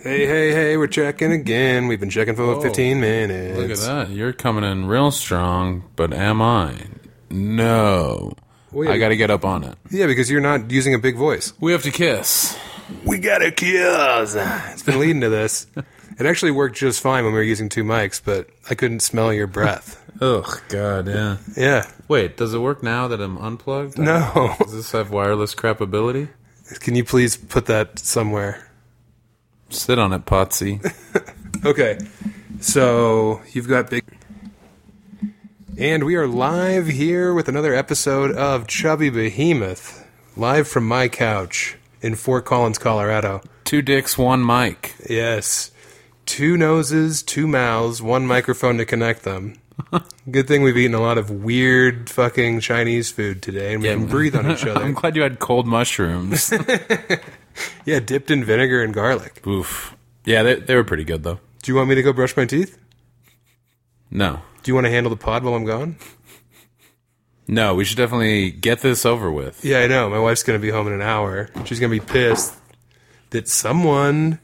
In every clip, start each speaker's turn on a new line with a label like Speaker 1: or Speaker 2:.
Speaker 1: Hey, hey, hey, we're checking again. We've been checking for about 15 minutes.
Speaker 2: Look at that. You're coming in real strong, but am I? No.
Speaker 1: Wait.
Speaker 2: I got to get up on it.
Speaker 1: Yeah, because you're not using a big voice.
Speaker 2: We have to kiss.
Speaker 1: We got a kiss. It's been leading to this. It actually worked just fine when we were using two mics, but I couldn't smell your breath.
Speaker 2: Ugh, God, yeah.
Speaker 1: Yeah.
Speaker 2: Wait, does it work now that I'm unplugged?
Speaker 1: No.
Speaker 2: Does this have wireless crap ability?
Speaker 1: Can you please put that somewhere?
Speaker 2: Sit on it, Potsy.
Speaker 1: Okay. So you've got big. And we are live here with another episode of Chubby Behemoth, live from my couch in Fort Collins, Colorado.
Speaker 2: Two dicks, one mic.
Speaker 1: Yes. Two noses, two mouths, one microphone to connect them. Good thing we've eaten a lot of weird fucking Chinese food today and we can breathe on each
Speaker 2: I'm
Speaker 1: other.
Speaker 2: glad you had cold mushrooms.
Speaker 1: yeah, dipped in vinegar and garlic.
Speaker 2: Oof. Yeah, they, they were pretty good, though.
Speaker 1: Do you want me to go brush my teeth?
Speaker 2: No.
Speaker 1: Do you want to handle the pod while I'm gone?
Speaker 2: No, we should definitely get this over with.
Speaker 1: Yeah, I know. My wife's going to be home in an hour. She's going to be pissed that someone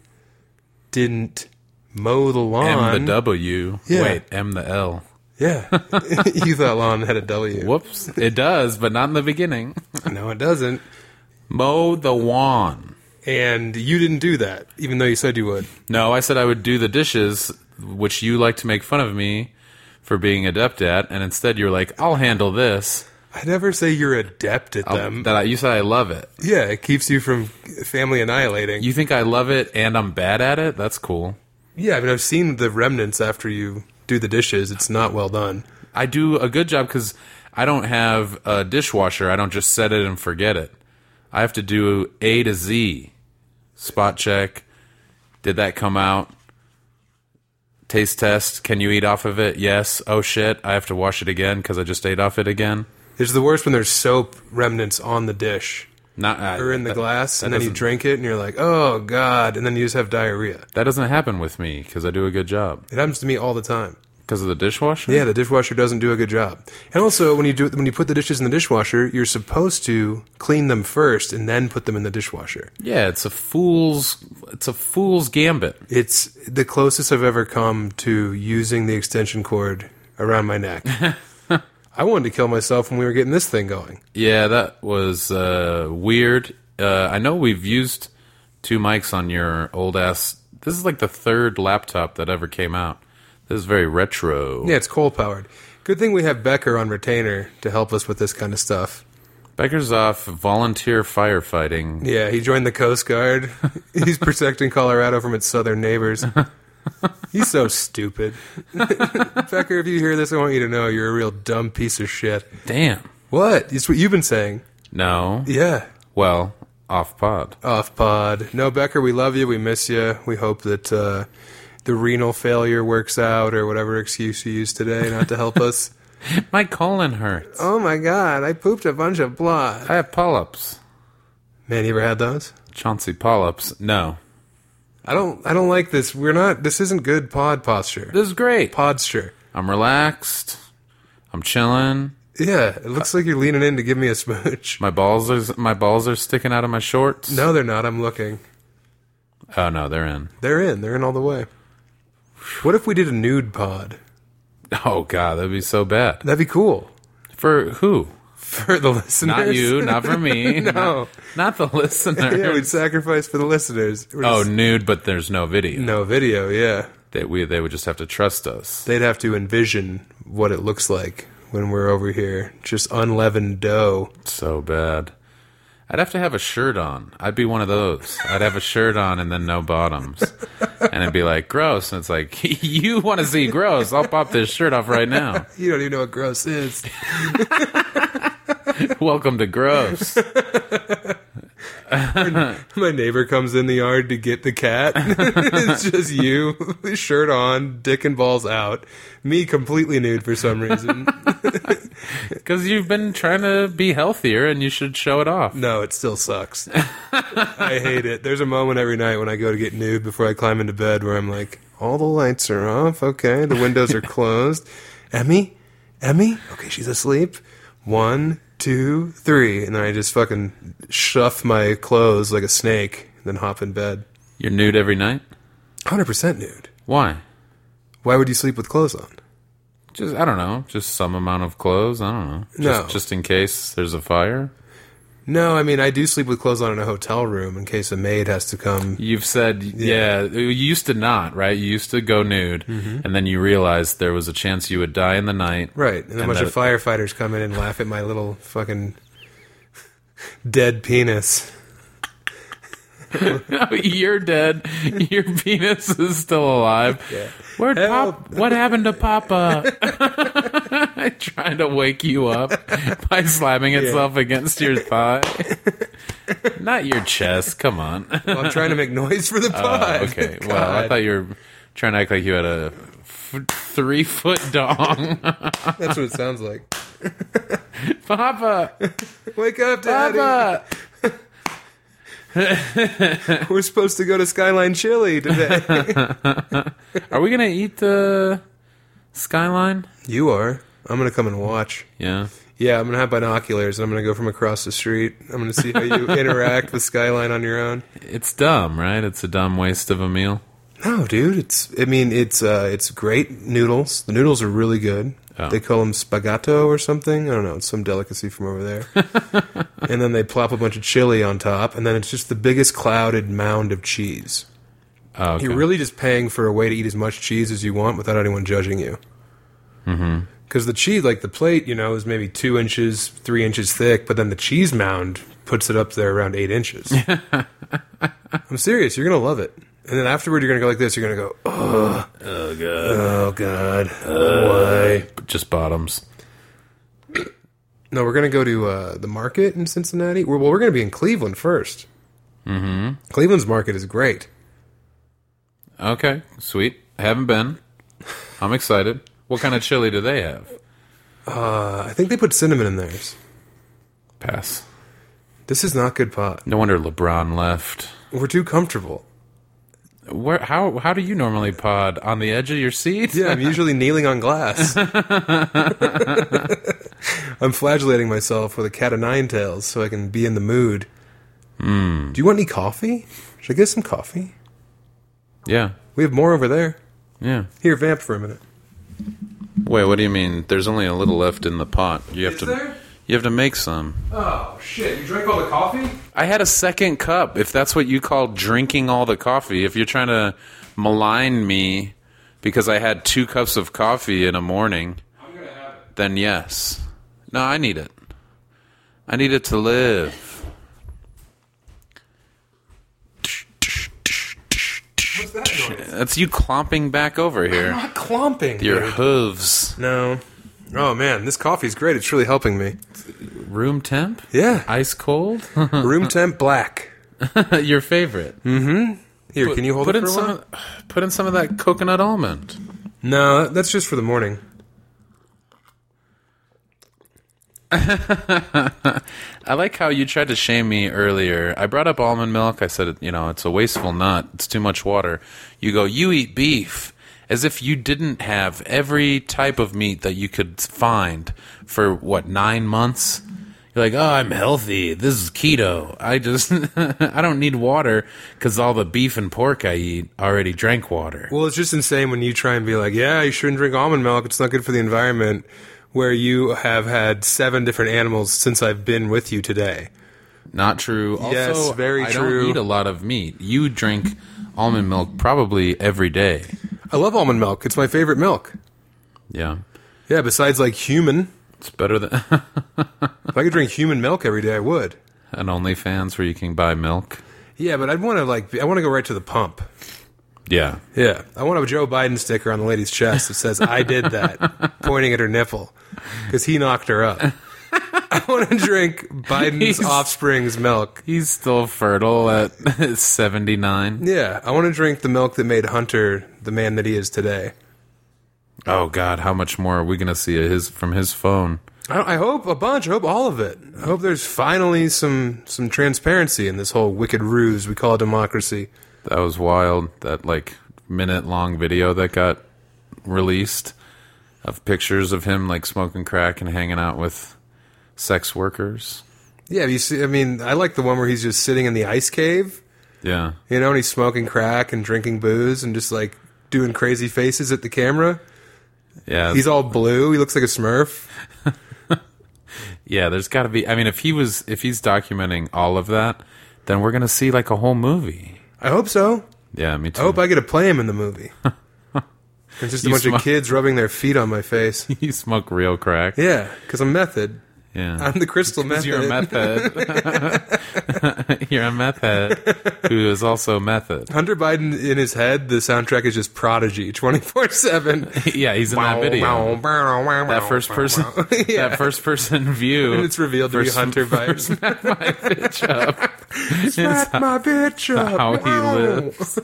Speaker 1: didn't mow the lawn.
Speaker 2: M the W.
Speaker 1: Yeah.
Speaker 2: Wait, M the L.
Speaker 1: yeah. you thought lawn had a W.
Speaker 2: Whoops. It does, but not in the beginning.
Speaker 1: No, it doesn't.
Speaker 2: Mow the lawn.
Speaker 1: And you didn't do that, even though you said you would.
Speaker 2: No, I said I would do the dishes, which you like to make fun of me for being adept at, and instead you're like, I'll handle this.
Speaker 1: I never say you're adept at them.
Speaker 2: Um, That I, you said I love it.
Speaker 1: yeah, it keeps you from family annihilating.
Speaker 2: You think I love it and I'm bad at it? That's cool.
Speaker 1: yeah, I mean, I've seen the remnants after you do the dishes. It's not well done.
Speaker 2: I do a good job because I don't have a dishwasher. I don't just set it and forget it. I have to do A to Z. Spot check. Did that come out? Taste test. Can you eat off of it? Yes. Oh shit. I have to wash it again because I just ate off it again.
Speaker 1: It's the worst when there's soap remnants on the dish.
Speaker 2: Not I,
Speaker 1: or in the
Speaker 2: that,
Speaker 1: glass,
Speaker 2: that
Speaker 1: and then you
Speaker 2: doesn't-
Speaker 1: drink it, and you're like, "Oh God!" And then you just have diarrhea.
Speaker 2: That doesn't happen with me because I do a good job
Speaker 1: It happens to me all the time.
Speaker 2: because of the dishwasher.
Speaker 1: Yeah, the dishwasher doesn't do a good job. And also, when you do when you put the dishes in the dishwasher, you're supposed to clean them first and then put them in the dishwasher.
Speaker 2: Yeah, it's a fool's. It's a fool's gambit.
Speaker 1: It's the closest I've ever come to using the extension cord around my neck. I wanted to kill myself when we were getting this thing going.
Speaker 2: Yeah, that was uh, weird. Uh, I know we've used two mics on your old ass. This is like the third laptop that ever came out. This is very retro.
Speaker 1: Yeah, it's coal powered. Good thing we have Becker on retainer to help us with this kind of stuff.
Speaker 2: Becker's off volunteer firefighting.
Speaker 1: Yeah, he joined the Coast Guard. He's protecting Colorado from its southern neighbors. He's so stupid. Becker, if you hear this, I want you to know you're a real dumb piece of shit.
Speaker 2: Damn.
Speaker 1: What? It's what you've been saying.
Speaker 2: No.
Speaker 1: Yeah.
Speaker 2: Well, off pod.
Speaker 1: Off pod. No, Becker, we love you. We miss you. We hope that uh, the renal failure works out or whatever excuse you used today not to help us.
Speaker 2: My colon hurts.
Speaker 1: oh my God, I pooped a bunch of blood.
Speaker 2: I have polyps.
Speaker 1: Man, you ever had those?
Speaker 2: Chauncey polyps. No.
Speaker 1: I don't. I don't like this. We're not. This isn't good pod posture.
Speaker 2: This is great.
Speaker 1: Podsture.
Speaker 2: I'm relaxed. I'm chilling.
Speaker 1: Yeah, it looks like you're leaning in to give me a smooch.
Speaker 2: My balls are my balls are sticking out of my shorts.
Speaker 1: No, they're not. I'm looking.
Speaker 2: Oh no, they're in.
Speaker 1: They're in. They're in all the way. What if we did a nude pod?
Speaker 2: Oh god, that'd be so bad.
Speaker 1: That'd be cool
Speaker 2: For who?
Speaker 1: for the listeners.
Speaker 2: Not you, not for me.
Speaker 1: No.
Speaker 2: Not, not the listener.
Speaker 1: yeah, we'd sacrifice for the listeners. We're
Speaker 2: oh,
Speaker 1: just-
Speaker 2: nude, but there's no video.
Speaker 1: no video. Yeah,
Speaker 2: They, we, they would just have to trust us.
Speaker 1: they'd have to envision what it looks like when we're over here, just unleavened dough.
Speaker 2: So bad. I'd have to have a shirt on. I'd be one of those. I'd have a shirt on and then no bottoms. And it'd be like, gross. And it's like, you want to see gross. I'll pop this shirt off right now.
Speaker 1: You don't even know what gross is.
Speaker 2: Welcome to gross.
Speaker 1: My neighbor comes in the yard to get the cat. it's just you, shirt on, dick and balls out. Me completely nude for some reason.
Speaker 2: Because you've been trying to be healthier and you should show it off.
Speaker 1: No, it still sucks. I hate it. There's a moment every night when I go to get nude before I climb into bed where I'm like, all the lights are off. Okay, the windows are closed. Emmy, Emmy. Okay, she's asleep. One, two, three, and then I just fucking shuff my clothes like a snake, and then hop in bed.
Speaker 2: You're nude every night?
Speaker 1: Hundred percent nude.
Speaker 2: Why?
Speaker 1: Why would you sleep with clothes on?
Speaker 2: Just I don't know. Just some amount of clothes. I don't know. Just,
Speaker 1: No.
Speaker 2: just in case there's a fire.
Speaker 1: No, I mean I do sleep with clothes on in a hotel room in case a maid has to come.
Speaker 2: You've said yeah. Mm-hmm. You used to not right. You used to go nude, and then you realized there was a chance you would die in the night.
Speaker 1: Right, and a
Speaker 2: And
Speaker 1: bunch
Speaker 2: that-
Speaker 1: of firefighters come in and laugh at my little fucking dead penis.
Speaker 2: Oh, You're dead. Your penis is still alive. Where'd
Speaker 1: Help.
Speaker 2: Pop? What happened to Papa? Trying to wake you up by slamming itself against your thigh. Not your chest. Come on.
Speaker 1: Well, I'm trying to make noise for the pod.
Speaker 2: Oh, Uh, okay. Well, I
Speaker 1: Oh, God.
Speaker 2: thought you were trying to act like you had a f- three foot dong.
Speaker 1: that's what it sounds like.
Speaker 2: Papa,
Speaker 1: Wake up, Daddy.
Speaker 2: Papa.
Speaker 1: We're supposed to go to Skyline Chili today.
Speaker 2: Are we gonna eat the skyline?
Speaker 1: you are. I'm gonna come and watch.
Speaker 2: Yeah.
Speaker 1: Yeah, I'm gonna have binoculars and I'm gonna go from across the street. I'm gonna see how you interact with Skyline on your own.
Speaker 2: It's dumb, right? It's a dumb waste of a meal.
Speaker 1: No, dude, it's. I mean, it's uh, it's great noodles. The noodles are really good.
Speaker 2: Oh.
Speaker 1: They call them spaghetto or something. I don't know. It's some delicacy from over there. and then they plop a bunch of chili on top, and then it's just the biggest clouded mound of cheese.
Speaker 2: Oh, okay.
Speaker 1: You're really just paying for a way to eat as much cheese as you want without anyone judging you. Because the cheese, like the plate, you know, is maybe two inches, three inches thick, but then the cheese mound puts it up there around eight inches. I'm serious. You're gonna love it. And then afterward, you're gonna go like this. You're gonna go, oh, oh god, oh god, why?
Speaker 2: just bottoms.
Speaker 1: No, we're gonna go to uh, the market in Cincinnati. We're, well, we're gonna be in Cleveland 1st Mm-hmm. Cleveland's market is great.
Speaker 2: Okay, sweet. Haven't been. I'm excited. What kind of chili do they have?
Speaker 1: Uh, I think they put cinnamon in theirs.
Speaker 2: Pass.
Speaker 1: This is not good pot.
Speaker 2: No wonder LeBron left.
Speaker 1: We're too comfortable.
Speaker 2: Where? How? How do you normally pod on the edge of your seat?
Speaker 1: Yeah, I'm usually kneeling on glass. I'm flagellating myself with a cat of nine tails so I can be in the mood.
Speaker 2: Hmm.
Speaker 1: Do you want any coffee? Should I get some coffee?
Speaker 2: Yeah.
Speaker 1: We have more over there.
Speaker 2: Yeah.
Speaker 1: Here, vamp for a minute.
Speaker 2: Wait, what do you mean? There's only a little left in the pot. You have
Speaker 1: Is
Speaker 2: to.
Speaker 1: there?
Speaker 2: You have to make some.
Speaker 1: Oh shit! You drank all the coffee?
Speaker 2: I had a second cup. If that's what you call drinking all the coffee, if you're trying to malign me because I had two cups of coffee in a morning,
Speaker 1: I'm gonna have it.
Speaker 2: then yes. No, I need it. I need it to live.
Speaker 1: What's that noise?
Speaker 2: That's you clomping back over here.
Speaker 1: Not clomping.
Speaker 2: Your
Speaker 1: dude.
Speaker 2: hooves.
Speaker 1: no. Oh man, this coffee's great. It's really helping me.
Speaker 2: Room temp?
Speaker 1: Yeah.
Speaker 2: Ice cold?
Speaker 1: Room temp black.
Speaker 2: Your favorite.
Speaker 1: Here, can you hold
Speaker 2: put
Speaker 1: it
Speaker 2: in
Speaker 1: for a
Speaker 2: some
Speaker 1: while?
Speaker 2: of- put in some of that coconut almond.
Speaker 1: No, that's just for the morning.
Speaker 2: I like how you tried to shame me earlier. I brought up almond milk. I said, you know, it's a wasteful nut. It's too much water. You go, you eat beef. As if you didn't have every type of meat that you could find for, what, nine months? You're like, oh, I'm healthy. This is keto. I just, I don't need water because all the beef and pork I eat already drank water.
Speaker 1: Well, it's just insane when you try and be like, yeah, you shouldn't drink almond milk. It's not good for the environment. Where you have had seven different animals since I've been with you today.
Speaker 2: Not true. Also,
Speaker 1: Yes, very
Speaker 2: I
Speaker 1: true.
Speaker 2: don't eat a lot of meat. You drink almond milk probably every day.
Speaker 1: I love almond milk. It's my favorite milk.
Speaker 2: Yeah.
Speaker 1: Yeah, besides like human.
Speaker 2: It's better than
Speaker 1: If I could drink human milk every day, I would.
Speaker 2: an OnlyFans where you can buy milk.
Speaker 1: Yeah, but I'd want to like, be- I want to go right to the pump.
Speaker 2: Yeah.
Speaker 1: Yeah. I want a Joe Biden sticker on the lady's chest that says, I did that, pointing at her nipple because he knocked her up. I want to drink Biden's
Speaker 2: He's-
Speaker 1: offspring's milk.
Speaker 2: He's still fertile at 79.
Speaker 1: Yeah, I want to drink the milk that made Hunter the man that he is today.
Speaker 2: Oh god, how much more are we going to see of his from his phone?
Speaker 1: I, I hope a bunch. I hope all of it. I hope there's finally some some transparency in this whole wicked ruse we call democracy.
Speaker 2: That was wild. That like minute long video that got released of pictures of him like smoking crack and hanging out with sex workers.
Speaker 1: Yeah, you see. I mean, I like the one where he's just sitting in the ice cave,
Speaker 2: Yeah.
Speaker 1: You know, and he's smoking crack and drinking booze and just like doing crazy faces at the camera.
Speaker 2: Yeah.
Speaker 1: He's all blue. He looks like a Smurf.
Speaker 2: yeah, there's got to be I mean if he was if he's documenting all of that, then we're going to see like a whole movie.
Speaker 1: I hope so.
Speaker 2: Yeah, me too.
Speaker 1: I hope I get to play him in the movie. It's just a
Speaker 2: You
Speaker 1: bunch
Speaker 2: smoke-
Speaker 1: of kids rubbing their feet on my face.
Speaker 2: you smoke real crack.
Speaker 1: Yeah, because I'm method.
Speaker 2: Yeah.
Speaker 1: I'm the crystal method.
Speaker 2: You're a meth head. You're a meth head who is also method.
Speaker 1: Hunter Biden in his head, the soundtrack is just Prodigy 24 7.
Speaker 2: Yeah, he's in that video. That first person, that first person view,
Speaker 1: And it's revealed to be
Speaker 2: First-
Speaker 1: Hunter Biden.
Speaker 2: is
Speaker 1: Smack my bitch up.
Speaker 2: how he
Speaker 1: Wow.
Speaker 2: lives.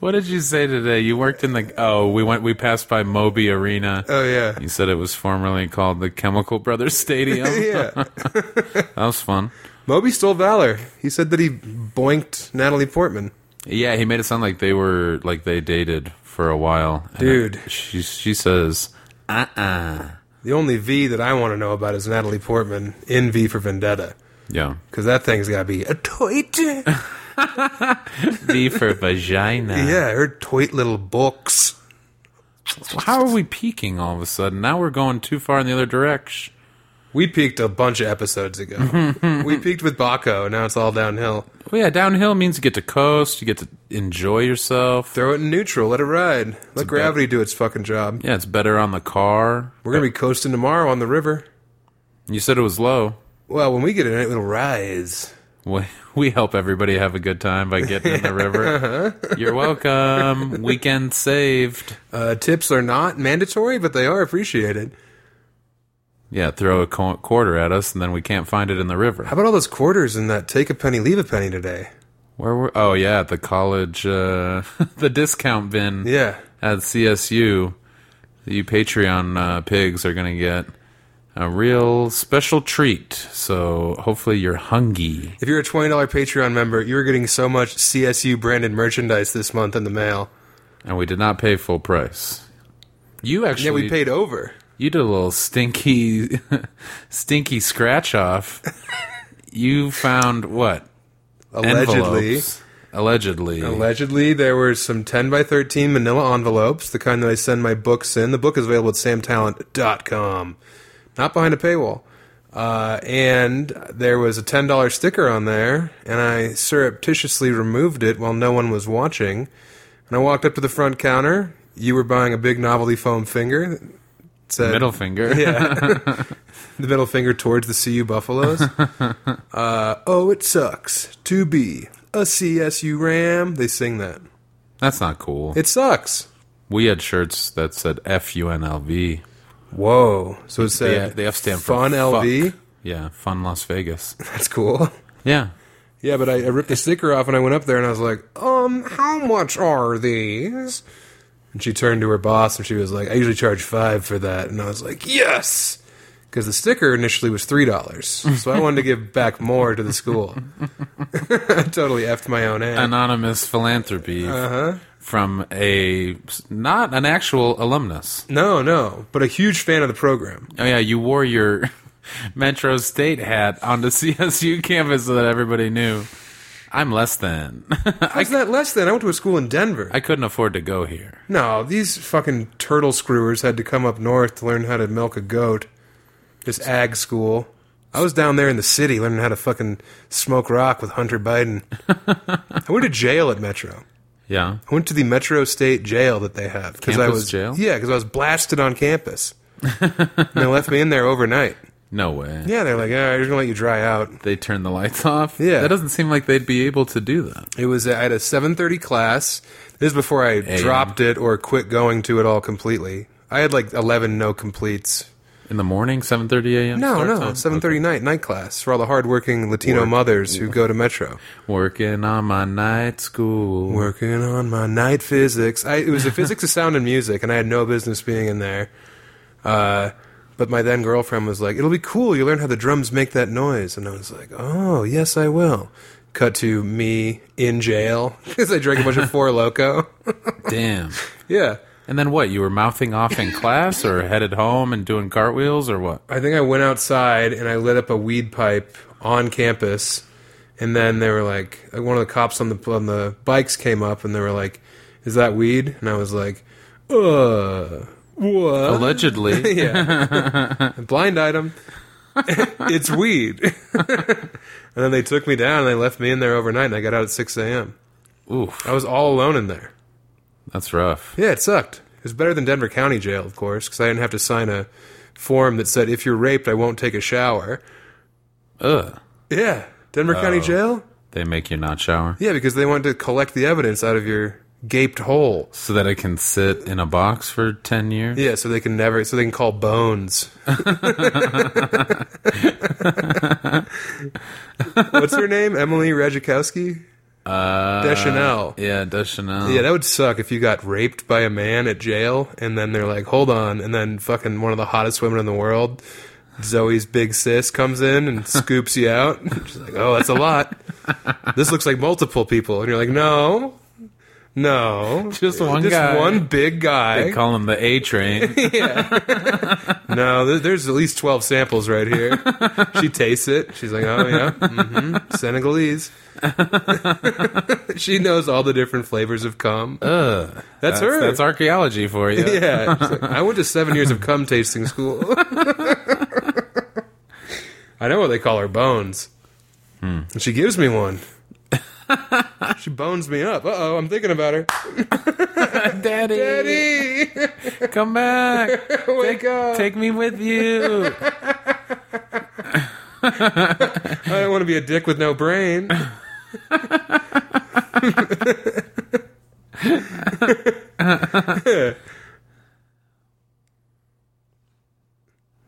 Speaker 2: what did you say today? You worked in the oh, we went, we passed by Moby Arena.
Speaker 1: Oh, yeah.
Speaker 2: You said it was formerly called the Chemical Brothers Stadium.
Speaker 1: Yeah.
Speaker 2: That was fun.
Speaker 1: Moby stole Valor. He said that he boinked Natalie Portman.
Speaker 2: Yeah, he made it sound like they were like they dated for a while. And
Speaker 1: Dude.
Speaker 2: it- she she says, uh uh
Speaker 1: The only V that I want to know about is Natalie Portman in V for Vendetta.
Speaker 2: yeah,
Speaker 1: Because that thing's got to be a toit. yeah,
Speaker 2: V for vagina.
Speaker 1: her toit little books.
Speaker 2: How are we peaking all of a sudden? Now we're going too far in the other direction.
Speaker 1: We peaked a bunch of episodes ago. we peaked with Baco. Now it's all downhill.
Speaker 2: Well, yeah, downhill means you get to coast, you get to enjoy yourself.
Speaker 1: Throw it in neutral. Let it ride. Let gravity do its fucking job.
Speaker 2: Yeah, it's better on the car.
Speaker 1: We're going to be coasting tomorrow on the river.
Speaker 2: You said it was low.
Speaker 1: Well, when we get in it, it'll rise.
Speaker 2: We we help everybody have a good time by getting in the river. You're welcome. Weekend saved.
Speaker 1: Uh, tips are not mandatory, but they are appreciated.
Speaker 2: Yeah, throw a co- quarter at us, and then we can't find it in the
Speaker 1: How
Speaker 2: river.
Speaker 1: about all those quarters in that take a penny, leave a penny today?
Speaker 2: Where were? Oh yeah, at the college, uh, the discount bin
Speaker 1: Yeah.
Speaker 2: at CSU. You Patreon uh, pigs are gonna get a real special treat. So hopefully you're hungry.
Speaker 1: If you're a $20 Patreon member, you're getting so much CSU branded merchandise this month in the mail.
Speaker 2: And we did not pay full price. You actually
Speaker 1: Yeah, we paid over.
Speaker 2: You did a little stinky, stinky scratch off. you found what?
Speaker 1: Allegedly.
Speaker 2: Envelopes. Allegedly.
Speaker 1: Allegedly, there were some 10 by 13 manila envelopes, the kind that I send my books in. The book is available at samtalent.com, not behind a paywall. Uh, and there was a $10 sticker on there, and I surreptitiously removed it while no one was watching. And I walked up to the front counter. You were buying a big novelty foam finger. It Said,
Speaker 2: Middle finger.
Speaker 1: yeah. the middle finger towards the CU Buffaloes. uh, oh, it sucks to be a CSU Ram. They sing that.
Speaker 2: That's not cool.
Speaker 1: It sucks.
Speaker 2: we had shirts that said F U N L V.
Speaker 1: Whoa. So it
Speaker 2: Yeah,
Speaker 1: said
Speaker 2: the F stand for
Speaker 1: Fun LV.
Speaker 2: fuck. Yeah, Fun Las Vegas.
Speaker 1: That's cool.
Speaker 2: Yeah.
Speaker 1: Yeah, but I, I ripped the sticker off and I went up there and I was like, um, how much are these? And she turned to her boss and she was like, I usually charge five for that. And I was like, yes! Because the sticker initially was $3. So I wanted to give back more to the school. I totally effed my own ass.
Speaker 2: Anonymous philanthropy
Speaker 1: Uh-huh.
Speaker 2: from a not an actual alumnus.
Speaker 1: No, no, but a huge fan of the program.
Speaker 2: Oh yeah, you wore your Metro State hat onto CSU campus so that everybody knew. I'm less than.
Speaker 1: How's that less than? I went to a school in Denver.
Speaker 2: I couldn't afford to go here.
Speaker 1: no, these fucking turtle screwers had to come up north to learn how to milk a goat. This ag school. I was down there in the city learning how to fucking smoke rock with Hunter Biden. I went to jail at Metro.
Speaker 2: Yeah.
Speaker 1: I went to the Metro State Jail that they have because I
Speaker 2: Campus
Speaker 1: was
Speaker 2: jail?
Speaker 1: Yeah, because I was blasted on campus. and they left me in there overnight.
Speaker 2: No way.
Speaker 1: Yeah, they're like, all right, we're gonna let you dry out.
Speaker 2: They turned the lights off.
Speaker 1: Yeah.
Speaker 2: That doesn't seem like they'd be able to do that.
Speaker 1: It was I had a seven thirty class. This is before I dropped it or quit going to it all completely. I had like eleven no completes.
Speaker 2: In the morning, 7:30 a.m.
Speaker 1: No,
Speaker 2: start
Speaker 1: no,
Speaker 2: time?
Speaker 1: seven thirty night night class for all the hardworking Latino mothers who go to Metro.
Speaker 2: Okay. Working on my night school.
Speaker 1: Working on my night physics. I, it was the physics of sound and music, and I had no business being in there. Uh, but my then girlfriend was like, "It'll be cool. You learn how the drums make that noise." And I was like, "Oh, yes, I will." Cut to me in jail because I drank a bunch of Four Loco.
Speaker 2: Damn.
Speaker 1: yeah.
Speaker 2: And then what? You were mouthing off in class, or headed home and doing cartwheels, or what?
Speaker 1: I think I went outside and I lit up a weed pipe on campus And then they were like, like, one of the cops on the on the bikes came up and they were like, "Is that weed?" And I was like, "Uh, what?"
Speaker 2: Allegedly.
Speaker 1: yeah, blind item. it's weed. and then they took me down and they left me in there overnight. And I got out at six a.m.
Speaker 2: Oof.
Speaker 1: I was all alone in there.
Speaker 2: That's rough.
Speaker 1: Yeah, it sucked. It was better than Denver County Jail, of course, because I didn't have to sign a form that said, "If you're raped, I won't take a shower."
Speaker 2: Ugh.
Speaker 1: Yeah, Denver County Jail.
Speaker 2: They make you not shower
Speaker 1: Yeah, because they want to collect the evidence out of your gaped hole.
Speaker 2: so that I can sit in a box for 10 years.
Speaker 1: Yeah, so they can never, so they can call bones. What's her name? Emily Radzikowski? Uh, Deschanel.
Speaker 2: Yeah, Deschanel.
Speaker 1: Yeah, that would suck if you got raped by a man at jail and then they're like, hold on. And then fucking one of the hottest women in the world, Zoe's big sis, comes in and scoops you out. She's like, oh, that's a lot. This looks like multiple people. And you're like, no, no.
Speaker 2: Just one
Speaker 1: Just
Speaker 2: guy.
Speaker 1: one big guy.
Speaker 2: They call him the A train.
Speaker 1: No, there, there's at least 12 samples right here. she tastes it. She's like, oh, yeah, hmm Senegalese. she knows all the different flavors of cum.
Speaker 2: Ugh.
Speaker 1: that's, her.
Speaker 2: That's archaeology for you.
Speaker 1: yeah. She's like, I went to seven years of cum tasting school. I know what they call her bones. And she gives me one. she bones me up. Uh oh, I'm thinking about her.
Speaker 2: Daddy,
Speaker 1: Daddy,
Speaker 2: come back.
Speaker 1: wake up.
Speaker 2: Take me with you.
Speaker 1: I don't want to be a dick with no brain.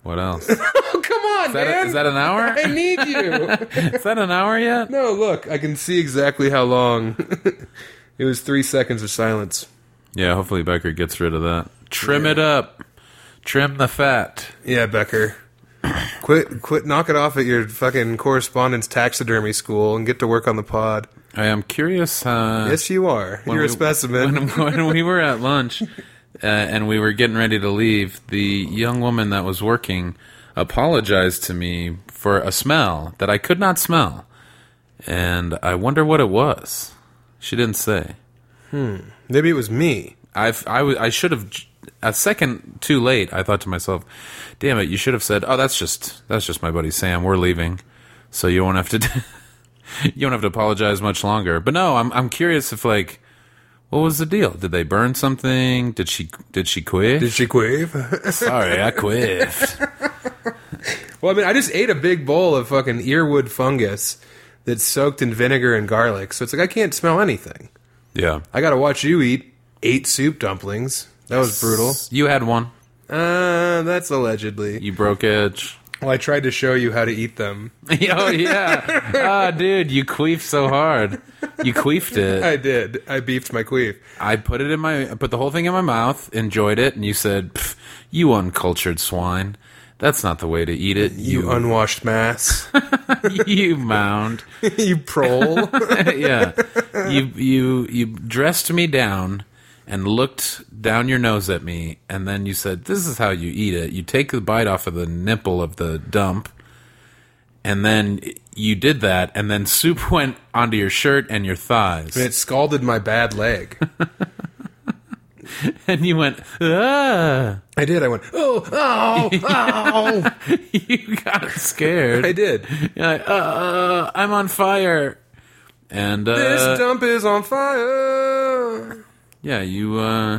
Speaker 2: What else? Is
Speaker 1: Oh, come on,
Speaker 2: that,
Speaker 1: man.
Speaker 2: is that an hour?
Speaker 1: I need you.
Speaker 2: Is that an hour yet?
Speaker 1: No, look, I can see exactly how long. it was three seconds of silence.
Speaker 2: Yeah, hopefully Becker gets rid of that. Trim it up. Trim the fat.
Speaker 1: Yeah, Becker. quit quit knock it off at your fucking correspondence taxidermy school and get to work on the pod.
Speaker 2: I am curious. Uh,
Speaker 1: Yes you are. You're a
Speaker 2: we-
Speaker 1: specimen.
Speaker 2: when, when we were at lunch uh, and we were getting ready to leave, the young woman that was working apologized to me for a smell that I could not smell. And I wonder what it was. She didn't say.
Speaker 1: Maybe it was me.
Speaker 2: I've, I, w- I should have, j- a second too late, I thought to myself, damn it, you should have said, oh, that's just, that's just my buddy Sam. We're leaving. So you won't have to, you don't have to apologize much longer. But no, I'm, I'm curious if like, what was the deal? Did they burn something? Did she, did she quit?
Speaker 1: Did she quave?
Speaker 2: Sorry, I quit.
Speaker 1: well, I mean, I just ate a big bowl of fucking earwood fungus that's soaked in vinegar and garlic. So it's like I can't smell anything.
Speaker 2: yeah.
Speaker 1: I got to watch you eat eight soup dumplings. That was brutal.
Speaker 2: You had one.
Speaker 1: Uh, that's allegedly.
Speaker 2: You broke edge.
Speaker 1: Well, I tried to show you how to eat them.
Speaker 2: oh, yeah. Ah, dude, you queefed so hard. You queefed it.
Speaker 1: I did. I beefed my queef.
Speaker 2: I put it in my, I put the whole thing in my mouth, enjoyed it, and you said, "Pff, "You uncultured swine, that's not the way to eat it.
Speaker 1: You
Speaker 2: You,
Speaker 1: unwashed mass.
Speaker 2: you mound,
Speaker 1: you prole.
Speaker 2: yeah. You, you, you dressed me down and looked down your nose at me, and then you said, "This is how you eat it. You take the bite off of the nipple of the dump, and then." You did that, and then soup went onto your shirt and your thighs,
Speaker 1: it scalded my bad leg.
Speaker 2: and you went, "Ah!"
Speaker 1: I did. I went, oh, oh, oh.
Speaker 2: you got scared.
Speaker 1: I did.
Speaker 2: You're like, uh, uh, I'm on fire. And uh,
Speaker 1: this dump is on fire.
Speaker 2: yeah, you uh,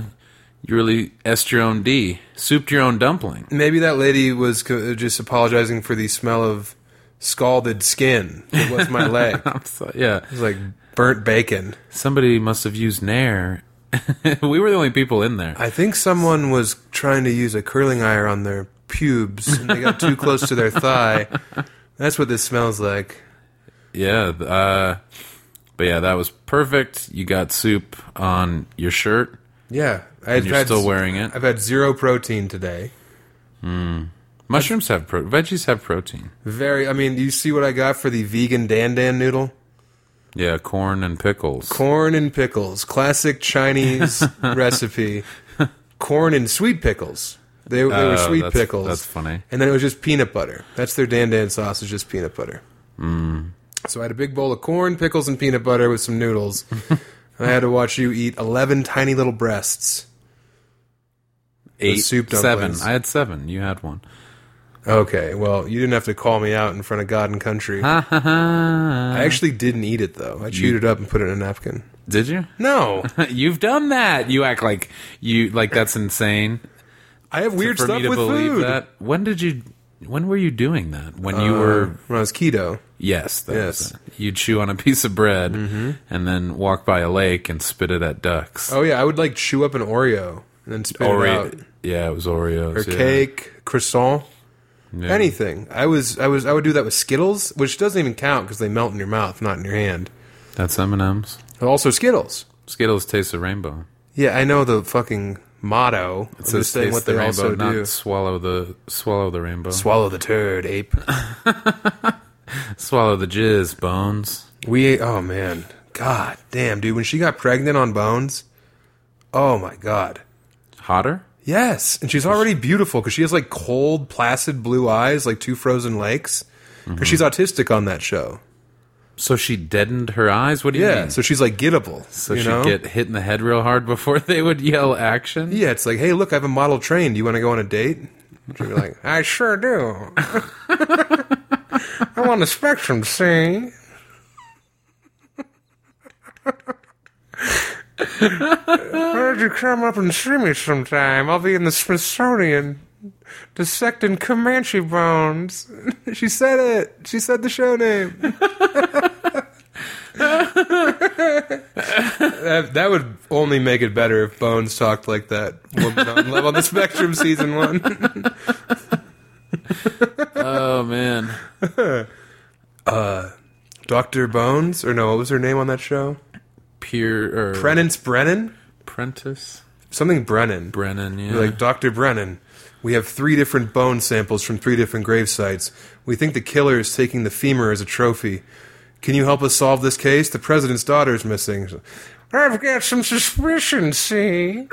Speaker 2: you really s your own d, souped your own dumpling.
Speaker 1: Maybe that lady was co- just apologizing for the smell of scalded skin. It was my leg. It
Speaker 2: I'm so, yeah,
Speaker 1: was like burnt bacon.
Speaker 2: somebody must have used Nair. we were the only people in there.
Speaker 1: I think someone was trying to use a curling iron on their pubes and they got too close to their thigh. That's what this smells like.
Speaker 2: Yeah, th- uh, but yeah, that was perfect. You got soup on your shirt.
Speaker 1: Yeah, I've
Speaker 2: You're still wearing it.
Speaker 1: I've had zero protein today.
Speaker 2: Mushrooms have pro- veggies have protein.
Speaker 1: Very. I mean, do you see what I got for the vegan dan dan noodle?
Speaker 2: Yeah, corn and pickles.
Speaker 1: Corn and pickles, classic Chinese recipe. Corn and sweet pickles. They, they were
Speaker 2: Oh,
Speaker 1: sweet
Speaker 2: that's-
Speaker 1: pickles.
Speaker 2: that's funny.
Speaker 1: And then it was just peanut butter. That's their dan dan sauce. Is just peanut butter. So I had a big bowl of corn, pickles, and peanut butter with some noodles. I had to watch you eat 11 tiny little breasts.
Speaker 2: Eight,
Speaker 1: soup
Speaker 2: seven.
Speaker 1: dumplings.
Speaker 2: I had seven. You had one.
Speaker 1: Okay, well, you didn't have to call me out in front of God and country.
Speaker 2: Ha ha ha.
Speaker 1: I actually didn't eat it, though. I chewed it up and put it in a napkin.
Speaker 2: Did you?
Speaker 1: No!
Speaker 2: You've done that. You act like you like that's insane.
Speaker 1: I have weird
Speaker 2: for
Speaker 1: stuff
Speaker 2: me to
Speaker 1: with
Speaker 2: believe
Speaker 1: food.
Speaker 2: that. When did you? When were you doing that? When you were
Speaker 1: When I was keto.
Speaker 2: yes, that was
Speaker 1: yes. Mm-hmm.
Speaker 2: it. You chew on a piece of bread and then walk by a lake and spit it at ducks.
Speaker 1: Oh, yeah, I would like chew up an Oreo and then spit it out.
Speaker 2: Oreo. Yeah, it was Oreos.
Speaker 1: or
Speaker 2: yeah.
Speaker 1: cake, croissant,
Speaker 2: Yeah.
Speaker 1: anything. I was, I was, I would do that with Skittles, which doesn't even count because they melt in your mouth, not in your hand.
Speaker 2: That's M and M's.
Speaker 1: But also Skittles.
Speaker 2: Skittles taste the rainbow.
Speaker 1: Yeah, I know the fucking motto. It's
Speaker 2: So
Speaker 1: just saying what
Speaker 2: taste
Speaker 1: they
Speaker 2: the rainbow,
Speaker 1: also
Speaker 2: not
Speaker 1: do.
Speaker 2: swallow the swallow the rainbow.
Speaker 1: Swallow the turd, ape.
Speaker 2: swallow the jizz, bones.
Speaker 1: we ate. Oh man, god damn, dude. When she got pregnant on Bones, oh my god.
Speaker 2: Hotter.
Speaker 1: Yes, and she's already beautiful because she has like cold, placid blue eyes, like two frozen lakes.
Speaker 2: Mm-hmm.
Speaker 1: Because she's autistic on that show.
Speaker 2: So she deadened her eyes. What do you
Speaker 1: Yeah,
Speaker 2: mean?
Speaker 1: so she's like gettable.
Speaker 2: Mm. So
Speaker 1: you
Speaker 2: she'd
Speaker 1: know?
Speaker 2: get hit in the head real hard before they would yell action.
Speaker 1: Yeah, it's like, hey, look, I have a model train. Do you want to go on a date? She'd be like, I sure do. I'm on the spectrum, see? Why don't you come up and see me sometime? I'll be in the Smithsonian dissecting Comanche bones. she said it. She said the show name. that, that would only make it better if Bones talked like that. Woman on Love on the Spectrum season one.
Speaker 2: Oh man,
Speaker 1: Dr. Bones, or no, what was her name on that show?
Speaker 2: Pier or
Speaker 1: Brennan's Brennan?
Speaker 2: Prentice
Speaker 1: Something Brennan.
Speaker 2: Brennan. Yeah,
Speaker 1: Like, Dr. Brennan, we have three different bone samples from three different grave sites. We think the killer is taking the femur as a trophy. Can you help us solve this case? The president's daughter is missing. I've got some suspicion, see?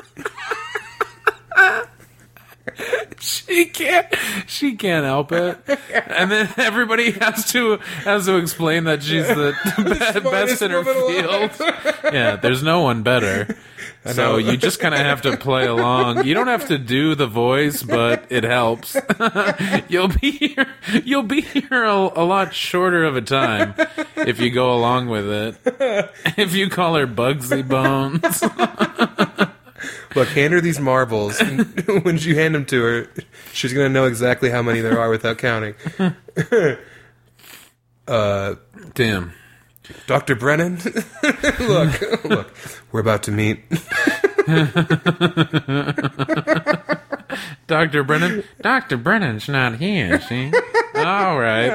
Speaker 2: she can't. She can't help it. and then everybody has to has to explain that she's the, be- best
Speaker 1: smartest
Speaker 2: in her
Speaker 1: woman
Speaker 2: field. yeah, there's no one better. So you just kind of have to play along. You don't have to do the voice, but it helps. you'll be here. You'll be here a, a lot shorter of a time if you go along with it. If you call her Bugsy Bones,
Speaker 1: Look, hand her these marbles. And when you hand them to her, she's going to know exactly how many there are without counting.
Speaker 2: damn.
Speaker 1: Dr. Brennan, look, look, we're about to meet.
Speaker 2: Dr. Brennan? Dr. Brennan's not here, see? All right.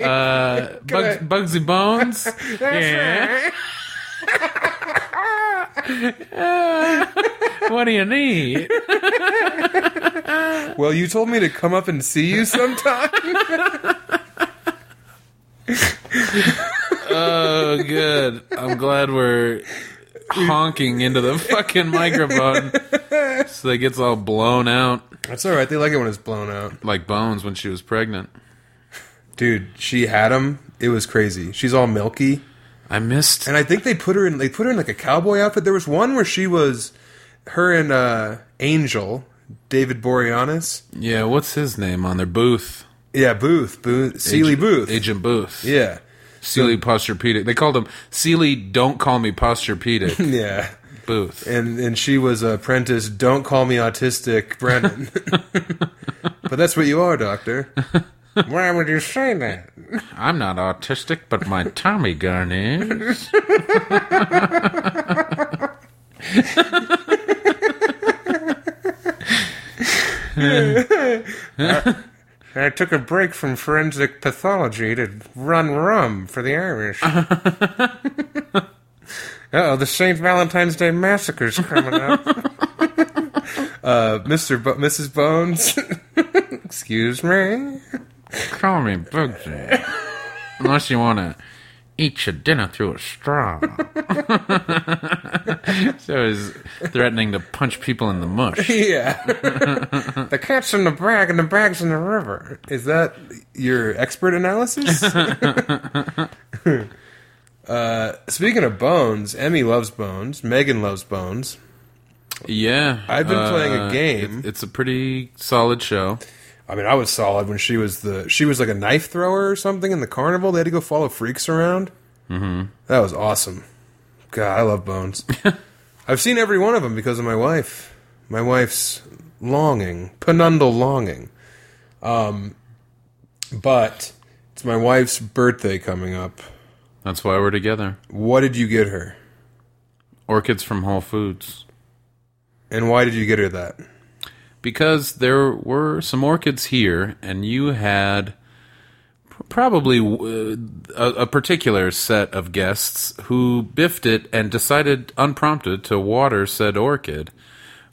Speaker 2: Uh, Bugs, Bugsy Bones? yeah. what do you need?
Speaker 1: Well, you told me to come up and see you sometime.
Speaker 2: Oh, good. I'm glad we're honking into the fucking microphone so that it gets all blown out
Speaker 1: That's all right. They like it when it's blown out.
Speaker 2: like Bones when she was pregnant.
Speaker 1: Dude, she had them. It was crazy. She's all milky.
Speaker 2: I missed.
Speaker 1: And I think they put her in they put her in like a cowboy outfit. There was one where she was her and uh Angel, David Boreanaz.
Speaker 2: Yeah, what's his name on their booth?
Speaker 1: Yeah, Booth, Booth, Seely Booth.
Speaker 2: Agent Booth.
Speaker 1: Yeah.
Speaker 2: Sealy Posturepedic. They called him Sealy Don't Call Me Posturepedic
Speaker 1: Yeah.
Speaker 2: Booth.
Speaker 1: and and she was apprentice. Don't call me autistic, Brennan. but that's what you are, Doctor. Why would you say that?
Speaker 2: I'm not autistic, but my Tommy gun is.
Speaker 1: I took a break from forensic pathology to run rum for the Irish. uh oh, the St. Valentine's Day massacre's coming up. uh, Mr. Bo- Mrs. Bones, excuse me.
Speaker 2: Call me Bugsy. Unless you want to eat your dinner through a straw. so he's threatening to punch people in the mush.
Speaker 1: Yeah. the cat's in the bag and the bag's in the river. Is that your expert analysis? Uh, Speaking of bones, Emmy loves bones. Megan loves bones.
Speaker 2: Yeah.
Speaker 1: I've been playing a game.
Speaker 2: it- it's a pretty solid show.
Speaker 1: I mean, I was solid when she was the she was like a knife thrower or something in the carnival. They had to go follow freaks around. Mm-hmm. That was awesome. God, I love bones. I've seen every one of them because of my wife. My wife's longing, penundle longing. Um, but it's my wife's birthday coming up.
Speaker 2: That's why we're together.
Speaker 1: What did you get her,
Speaker 2: Orchids from Whole Foods.
Speaker 1: and why did you get her that?
Speaker 2: Because there were some orchids here, and you had pr- probably uh, a, a particular set of guests who biffed it and decided unprompted to water said orchid.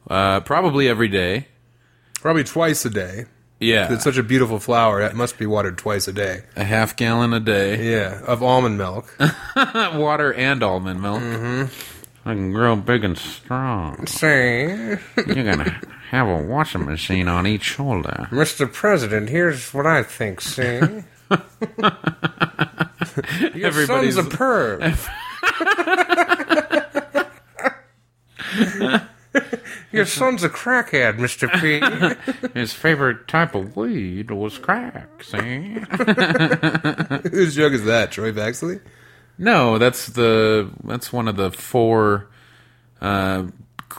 Speaker 2: Uh, probably every day.
Speaker 1: Probably twice a day.
Speaker 2: Yeah.
Speaker 1: It's such a beautiful flower. That must be watered twice a day.
Speaker 2: a half gallon a day.
Speaker 1: Yeah, of almond milk.
Speaker 2: water and almond milk. I can grow big and strong.
Speaker 1: Say,
Speaker 2: You're gonna have a washing machine on each shoulder.
Speaker 1: Mr. President, here's what I think. See, your
Speaker 2: Everybody's-
Speaker 1: son's a perv. your son's a crackhead, Mr. P.
Speaker 2: His favorite type of weed was crack. See?
Speaker 1: Whose joke is that? Troy Baxley?
Speaker 2: no, that's the that's one of the four uh,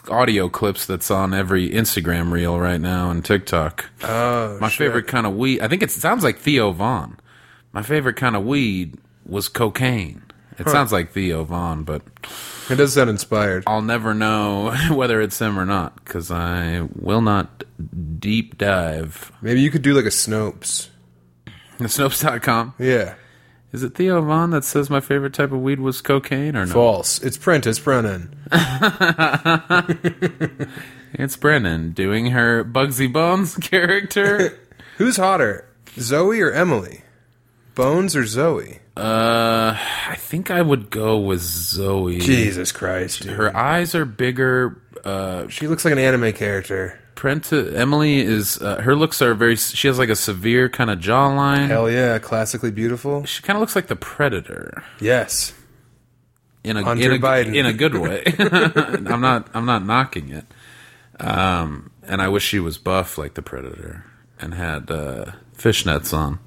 Speaker 2: audio clips that's on every Instagram reel right now and TikTok.
Speaker 1: Oh,
Speaker 2: My favorite kind of weed. I think it sounds like Theo Vaughn. My favorite kind of weed was cocaine. It sounds like Theo Vaughn, but
Speaker 1: it does sound inspired.
Speaker 2: I'll never know whether it's him or not because I will not deep dive.
Speaker 1: Maybe you could do like a Snopes.
Speaker 2: Snopes.com.
Speaker 1: Yeah,
Speaker 2: Is it Theo Vaughn that says my favorite type of weed was cocaine or no?
Speaker 1: false. It's Prentice Brennan.
Speaker 2: It's Brennan doing her Bugsy Bones character.
Speaker 1: Who's hotter, Zoe or Emily? Bones or Zoe?
Speaker 2: uh, I think I would go with Zoe.
Speaker 1: Jesus Christ, dude.
Speaker 2: Her eyes are bigger. Uh,
Speaker 1: She looks like an anime character.
Speaker 2: Prenta, Emily is. Uh, her looks are very. She has like a severe kind of jawline.
Speaker 1: Hell yeah, classically beautiful.
Speaker 2: She kind of looks like the Predator.
Speaker 1: Yes.
Speaker 2: in a
Speaker 1: Hunter
Speaker 2: in a,
Speaker 1: Biden.
Speaker 2: in a good way. I'm not I'm not knocking it. Um, and I wish she was buff like the Predator and had uh, fishnets on.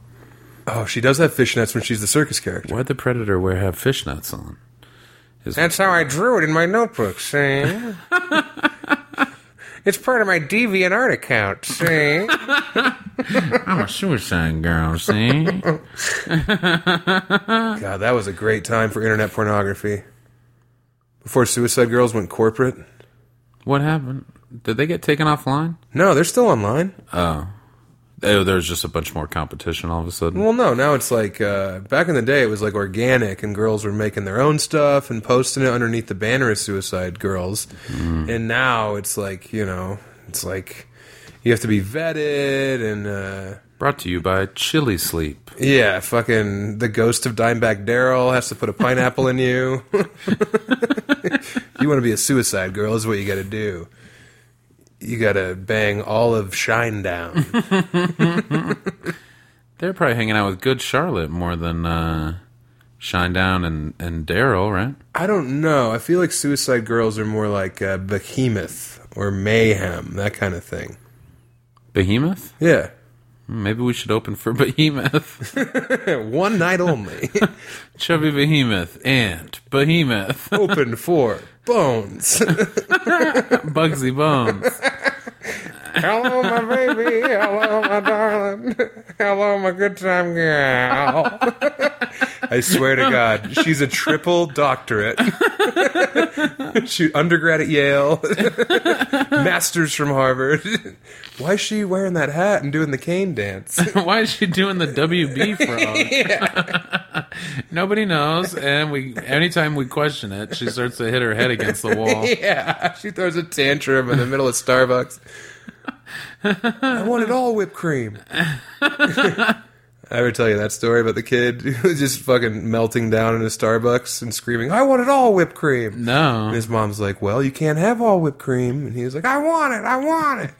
Speaker 1: Oh, she does have fishnets when she's the circus character.
Speaker 2: Why'd the Predator wear have fishnets on? Is,
Speaker 1: That's how I drew it in my notebook, see? it's part of my DeviantArt account, see?
Speaker 2: I'm a suicide girl. See,
Speaker 1: God, that was a great time for internet pornography. Before Suicide Girls went corporate?
Speaker 2: what happened? Did they get taken offline?
Speaker 1: No, they're still online.
Speaker 2: Oh, there's just a bunch more competition all of a sudden.
Speaker 1: Well, no, now it's like, uh, back in the day, it was like organic, and girls were making their own stuff and posting it underneath the banner of Suicide Girls. And now it's like, you know, it's like you have to be vetted and, uh,
Speaker 2: Brought to you by Chili Sleep.
Speaker 1: Yeah, fucking the ghost of Dimebag Daryl has to put a pineapple in you. you want to be a suicide girl, is what you got to do. You got to bang Olive Shinedown.
Speaker 2: They're probably hanging out with Good Charlotte more than uh, Shinedown and and Daryl, right?
Speaker 1: I don't know. I feel like suicide girls are more like uh, Behemoth or Mayhem, that kind of thing.
Speaker 2: Behemoth.
Speaker 1: Yeah.
Speaker 2: Maybe we should open for Behemoth.
Speaker 1: One night only.
Speaker 2: Chubby Behemoth and Behemoth.
Speaker 1: Open for Bones.
Speaker 2: Bugsy Bones.
Speaker 1: Hello, my baby. Hello, my darling. Hello, my good time girl. I swear to God, she's a triple doctorate. she undergrad at Yale, masters from Harvard. Why is she wearing that hat and doing the cane dance?
Speaker 2: Why is she doing the WB frog? Nobody knows, and we anytime we question it, she starts to hit her head against the wall.
Speaker 1: yeah, she throws a tantrum in the middle of Starbucks. I wanted all whipped cream. I ever tell you that story about the kid who was just fucking melting down in a Starbucks and screaming, "I wanted all whipped cream."
Speaker 2: No.
Speaker 1: And his mom's like, "Well, you can't have all whipped cream," and he was like, "I want it, I want it."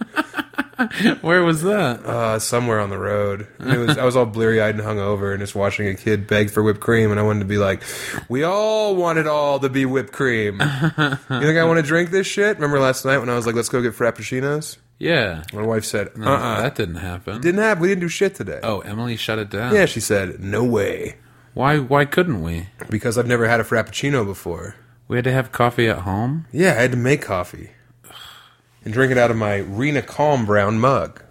Speaker 2: Where was that?
Speaker 1: uh, somewhere on the road. And it was I was all bleary eyed and hungover, and just watching a kid beg for whipped cream, and I wanted to be like, "We all want it all to be whipped cream." you think I want to drink this shit? Remember last night when I was like, "Let's go get frappuccinos."
Speaker 2: Yeah.
Speaker 1: My wife said, "Uh, uh
Speaker 2: That didn't happen.
Speaker 1: didn't have. We didn't do shit today."
Speaker 2: Uh-uh. oh, Emily shut it down.
Speaker 1: Yeah, she said, "No way,"
Speaker 2: Why why couldn't we?
Speaker 1: because I've never had a frappuccino before.
Speaker 2: We had to have coffee at home?
Speaker 1: Yeah, I had to make coffee and drink it out of my Rena Calm brown mug.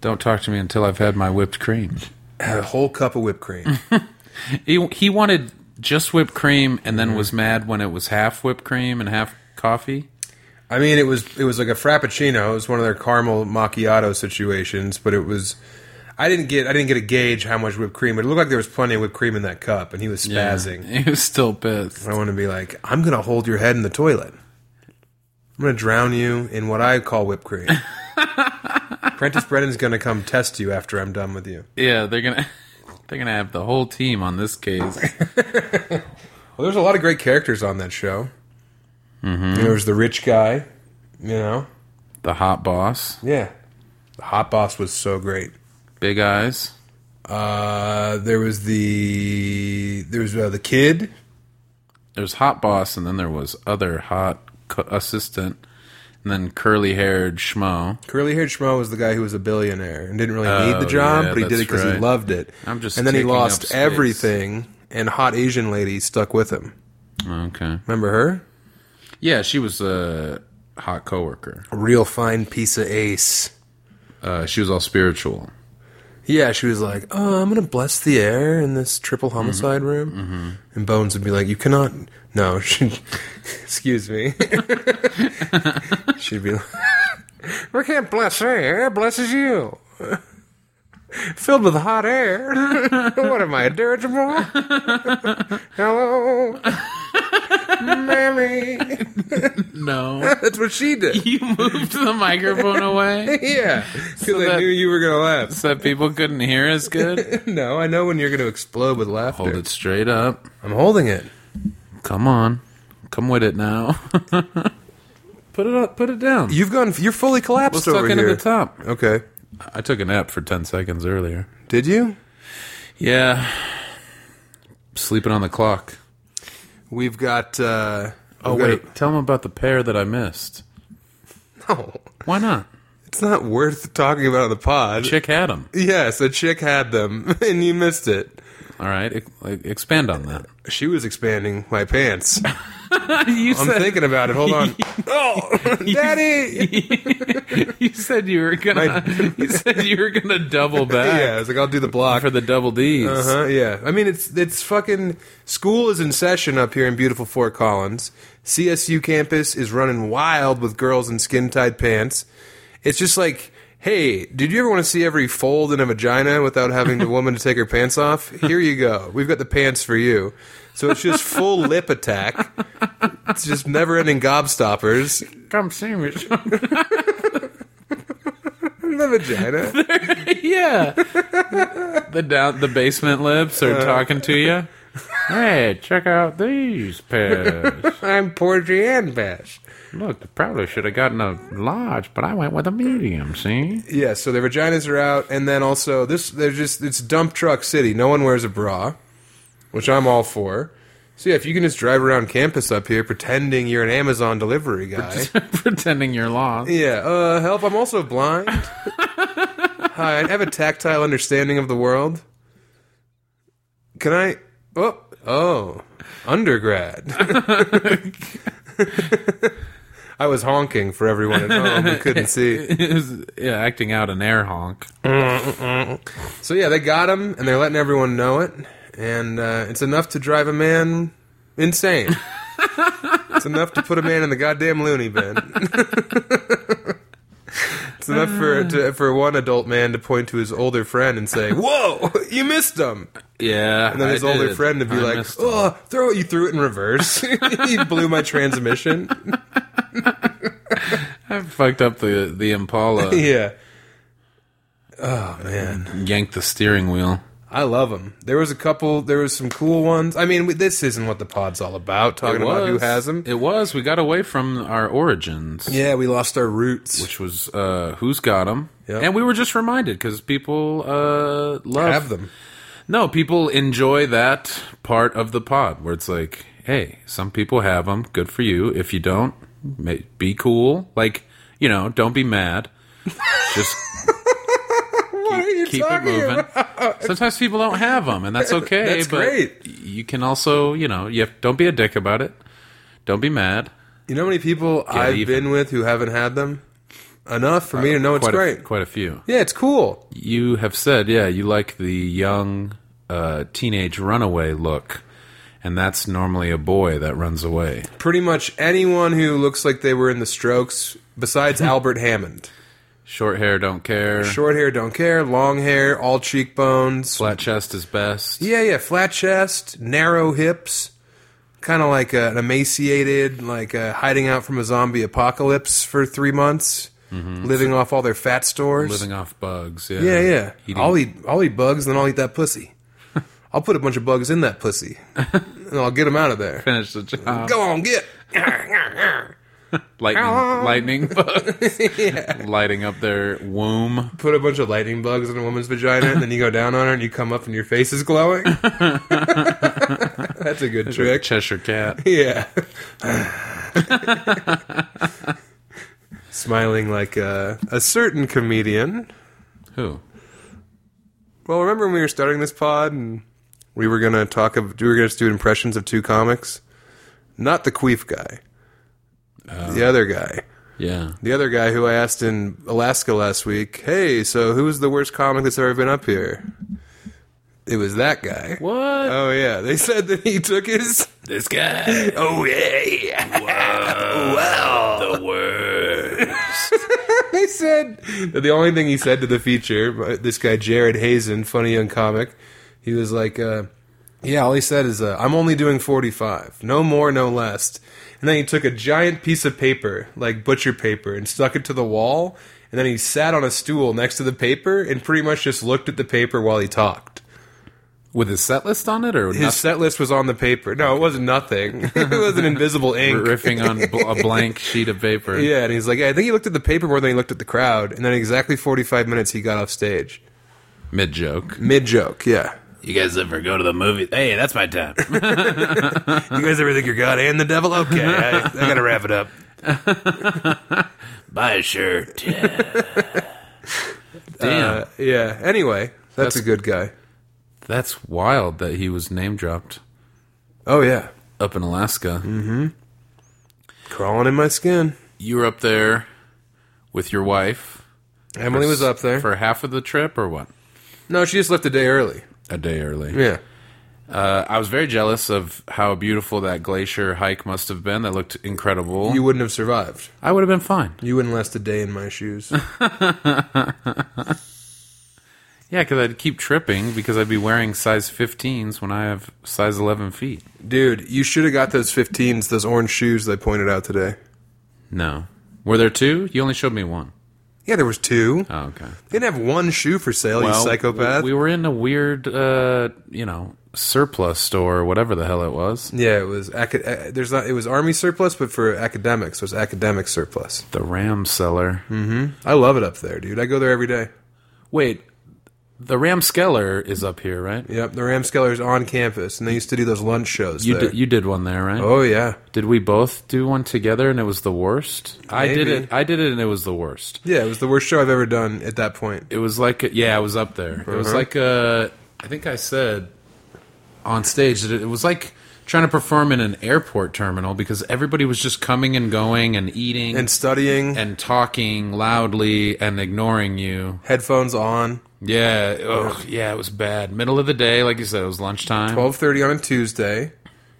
Speaker 2: Don't talk to me until I've had my whipped cream.
Speaker 1: Had a whole cup of whipped cream.
Speaker 2: He, he wanted just whipped cream
Speaker 1: Mm-hmm.
Speaker 2: and then was mad when it was half whipped cream and half coffee.
Speaker 1: I mean, it was it was like a frappuccino. It was one of their caramel macchiato situations, but it was. I didn't get I didn't get a gauge how much whipped cream, but it looked like there was plenty of whipped cream in that cup, and he was spazzing.
Speaker 2: He was still pissed.
Speaker 1: I want to be like, I'm gonna hold your head in the toilet. I'm gonna drown you in what I call whipped cream. Prentice Brennan's gonna come test you after I'm done with you.
Speaker 2: Yeah, they're gonna they're gonna have the whole team on this case.
Speaker 1: Well, there's a lot of great characters on that show. Mm-hmm. There was the rich guy, you know.
Speaker 2: the hot boss,
Speaker 1: Yeah, the hot boss was so great.
Speaker 2: big eyes.
Speaker 1: Uh, there was the there was uh, the kid.
Speaker 2: There's hot boss, and then there was other hot co- assistant, and then curly haired schmo.
Speaker 1: Curly haired Schmo was the guy who was a billionaire and didn't really need the
Speaker 2: Oh,
Speaker 1: job,
Speaker 2: yeah,
Speaker 1: but he did it
Speaker 2: that's
Speaker 1: because he
Speaker 2: right.
Speaker 1: loved it.
Speaker 2: I'm just
Speaker 1: and then he
Speaker 2: taking up
Speaker 1: lost
Speaker 2: space.
Speaker 1: everything, and hot Asian lady stuck with him.
Speaker 2: Okay,
Speaker 1: Remember her?
Speaker 2: yeah, she was a hot coworker.
Speaker 1: A real fine piece of ace.
Speaker 2: Uh, she was all spiritual.
Speaker 1: Yeah, she was like, "Oh, I'm gonna bless the air in this triple homicide room," and Bones would be like, "You cannot." No, she, excuse me. She'd be like, "We can't bless air; it blesses you." Filled with hot air. what am I, a dirigible? Hello, mammy.
Speaker 2: No,
Speaker 1: That's what she did.
Speaker 2: you moved the microphone away
Speaker 1: Yeah, because I
Speaker 2: that-
Speaker 1: knew you were gonna laugh.
Speaker 2: so that people couldn't hear as good.
Speaker 1: No, I know when you're gonna explode with laughter.
Speaker 2: Hold it straight up.
Speaker 1: I'm holding it.
Speaker 2: Come on, come with it now. put it up. Put it down.
Speaker 1: You've gone. You're fully
Speaker 2: Let's
Speaker 1: collapsed
Speaker 2: tuck
Speaker 1: over
Speaker 2: into
Speaker 1: here.
Speaker 2: the top.
Speaker 1: Okay.
Speaker 2: I took a nap for ten seconds earlier.
Speaker 1: Did you?
Speaker 2: Yeah. Sleeping on the clock.
Speaker 1: We've got. uh
Speaker 2: Oh,
Speaker 1: we've got
Speaker 2: wait. Tell them about the pair that I missed.
Speaker 1: a- no,
Speaker 2: Why not?
Speaker 1: it's not worth talking about on the pod.
Speaker 2: Chick had them.
Speaker 1: yes, a chick had them, and you missed it.
Speaker 2: All right. ex- like, expand on that.
Speaker 1: She was expanding my pants.
Speaker 2: you,
Speaker 1: I'm thinking about it. Hold on. oh, daddy.
Speaker 2: you said you were gonna. you said you were gonna double back
Speaker 1: Yeah, it's like I'll do the block.
Speaker 2: for the double D's.
Speaker 1: Uh huh. Yeah. I mean, it's it's fucking school is in session up here in beautiful Fort Collins. CSU campus is running wild with girls in skin tight pants. It's just like, hey, did you ever want to see every fold in a vagina without having the woman to take her pants off? Here you go. We've got the pants for you. So it's just full lip attack. It's just never ending gobstoppers.
Speaker 2: Come see me.
Speaker 1: The vagina.
Speaker 2: yeah. The down the basement lips
Speaker 1: Uh-huh.
Speaker 2: are talking to you. Hey, check out these pairs.
Speaker 1: I'm Porgy and Bash.
Speaker 2: Look, I probably should have gotten a large, but I went with a medium. See.
Speaker 1: Yeah, so their vaginas are out, and then also this they're just it's dump truck city. No one wears a bra, which I'm all for. So yeah, if you can just drive around campus up here pretending you're an Amazon delivery guy.
Speaker 2: pretending you're lost.
Speaker 1: yeah, uh help, I'm also blind. Hi, I have a tactile understanding of the world. Can I oh oh undergrad. I was honking for everyone at home who couldn't see.
Speaker 2: It was, yeah, acting out an air honk.
Speaker 1: So yeah, they got him, and they're letting everyone know it, and uh, it's enough to drive a man insane. it's enough to put a man in the goddamn loony bin. it's enough for to, for one adult man to point to his older friend and say, "Whoa, you missed him!"
Speaker 2: Yeah,
Speaker 1: And then his older friend to be like, "Oh, throw it! You threw it in reverse. you blew my transmission."
Speaker 2: I fucked up the the Impala,
Speaker 1: yeah. Oh man,
Speaker 2: yanked the steering wheel.
Speaker 1: I love them. There was a couple. There was some cool ones. I mean, we- this isn't what the pod's all about. Talking about who has them.
Speaker 2: It was. We got away from our origins,
Speaker 1: Yeah, we lost our roots.
Speaker 2: which was uh, who's got them,
Speaker 1: Yep.
Speaker 2: and we were just reminded because people uh, love
Speaker 1: have them.
Speaker 2: No, people enjoy that part of the pod where it's like, hey, some people have them. Good for you. If you don't, ma- be cool. Like, you know, don't be mad. Just
Speaker 1: What are you
Speaker 2: keep it moving. Sometimes people don't have them, and that's okay.
Speaker 1: That's
Speaker 2: but
Speaker 1: great.
Speaker 2: You can also, you know, you have, don't be a dick about it. Don't be mad.
Speaker 1: You know how many people I've
Speaker 2: even.
Speaker 1: been with who haven't had them? Enough for me to know it's
Speaker 2: Uh, quite a,
Speaker 1: great.
Speaker 2: Quite a few.
Speaker 1: yeah, it's cool.
Speaker 2: You have said, yeah, you like the young uh, teenage runaway look, and that's normally a boy that runs away.
Speaker 1: Pretty much anyone who looks like they were in the strokes, besides Albert Hammond.
Speaker 2: Short hair, don't care.
Speaker 1: Short hair, don't care. Long hair, all cheekbones.
Speaker 2: Flat chest is best.
Speaker 1: Yeah, yeah. Flat chest, narrow hips. Kind of like an emaciated, like uh hiding out from a zombie apocalypse for three months, living off all their fat stores.
Speaker 2: Mm-hmm. Living off bugs. Yeah,
Speaker 1: Yeah, yeah.
Speaker 2: Eating-
Speaker 1: I'll eat. I'll eat bugs, then I'll eat that pussy. I'll put a bunch of bugs in that pussy, and I'll get them out of there.
Speaker 2: Finish the job.
Speaker 1: Go on, get.
Speaker 2: Lightning, lightning bugs. Lighting up their womb.
Speaker 1: Put a bunch of lightning bugs in a woman's vagina, and then you go down on her, and you come up, and your face is glowing. That's a good trick.
Speaker 2: Cheshire cat.
Speaker 1: Yeah. Smiling like a, a certain comedian.
Speaker 2: Who?
Speaker 1: Well, remember when we were starting this pod and we were gonna talk of we were gonna do impressions of two comics, not the Queef guy, the other guy,
Speaker 2: Yeah.
Speaker 1: the other guy who I asked in Alaska last week. Hey, so who's the worst comic that's ever been up here? It was that guy.
Speaker 2: What?
Speaker 1: Oh yeah, they said that he took his.
Speaker 2: Uh, this guy.
Speaker 1: Oh yeah. Wow.
Speaker 2: The word.
Speaker 1: They said that the only thing he said to the feature, uh, this guy Jared Hazen, funny young comic, he was like, uh, "Yeah, all he said is uh, I'm only doing 45, no more, no less." And then he took a giant piece of paper, like butcher paper, and stuck it to the wall. And then he sat on a stool next to the paper and pretty much just looked at the paper while he talked.
Speaker 2: With his set list on it or
Speaker 1: His
Speaker 2: not
Speaker 1: set list was on the paper. No, it wasn't nothing. it was an invisible ink.
Speaker 2: riffing on bl- a blank sheet of paper?
Speaker 1: Yeah, and he's like, I think he looked at the paper more than he looked at the crowd. And then exactly 45 minutes, he got off stage.
Speaker 2: Mid joke.
Speaker 1: Mid joke, yeah.
Speaker 2: You guys ever go to the movie? Hey, that's my time.
Speaker 1: You guys ever think you're God and the devil? Okay, I, I gotta wrap it up.
Speaker 2: Buy a shirt. Damn.
Speaker 1: Uh, yeah. Anyway, that's, a good guy.
Speaker 2: that's wild that he was name dropped
Speaker 1: Oh yeah,
Speaker 2: up in Alaska.
Speaker 1: crawling in my skin.
Speaker 2: you were up there with your wife.
Speaker 1: Emily was up there.
Speaker 2: for half of the trip, or what?
Speaker 1: no, she just left a day early.
Speaker 2: A day early.
Speaker 1: Yeah.
Speaker 2: Uh, I was very jealous of how beautiful that glacier hike must have been. That looked incredible.
Speaker 1: You wouldn't have survived.
Speaker 2: I would have been fine.
Speaker 1: You wouldn't last a day in my shoes.
Speaker 2: Yeah, because I'd keep tripping because I'd be wearing size 15s when I have size 11 feet.
Speaker 1: Dude, you should have got those 15s, those orange shoes that I pointed out today.
Speaker 2: No, were there two? You only showed me one.
Speaker 1: Yeah, there was two.
Speaker 2: Oh, okay.
Speaker 1: They didn't have one shoe for sale, you psychopath.
Speaker 2: We, we were in a weird, uh, you know, surplus store or whatever the hell it was.
Speaker 1: yeah, it was acad- uh, there's not it was army surplus, but for academics, it was academic surplus.
Speaker 2: The Ram Cellar.
Speaker 1: I love it up there, dude. I go there every day.
Speaker 2: Wait, the Ram Skeller is up here, right?
Speaker 1: Yep, the Ramskeller's on campus, and they used to do those lunch shows.
Speaker 2: You
Speaker 1: there.
Speaker 2: did, you did one there, right?
Speaker 1: oh yeah,
Speaker 2: Did we both do one together and it was the worst? I did
Speaker 1: Maybe.
Speaker 2: it. I did it and it was the worst.
Speaker 1: yeah. It was the worst show I've ever done at that point.
Speaker 2: It was like a, yeah, I was up there. It was
Speaker 1: Uh-huh.
Speaker 2: like uh, I think I said on stage that it, it was like trying to perform in an airport terminal because everybody was just coming and going and eating
Speaker 1: And studying,
Speaker 2: and talking loudly and ignoring you.
Speaker 1: headphones on,
Speaker 2: Yeah, ugh, yeah, it was bad. Middle of the day, like you said, it was lunchtime.
Speaker 1: twelve thirty on a Tuesday.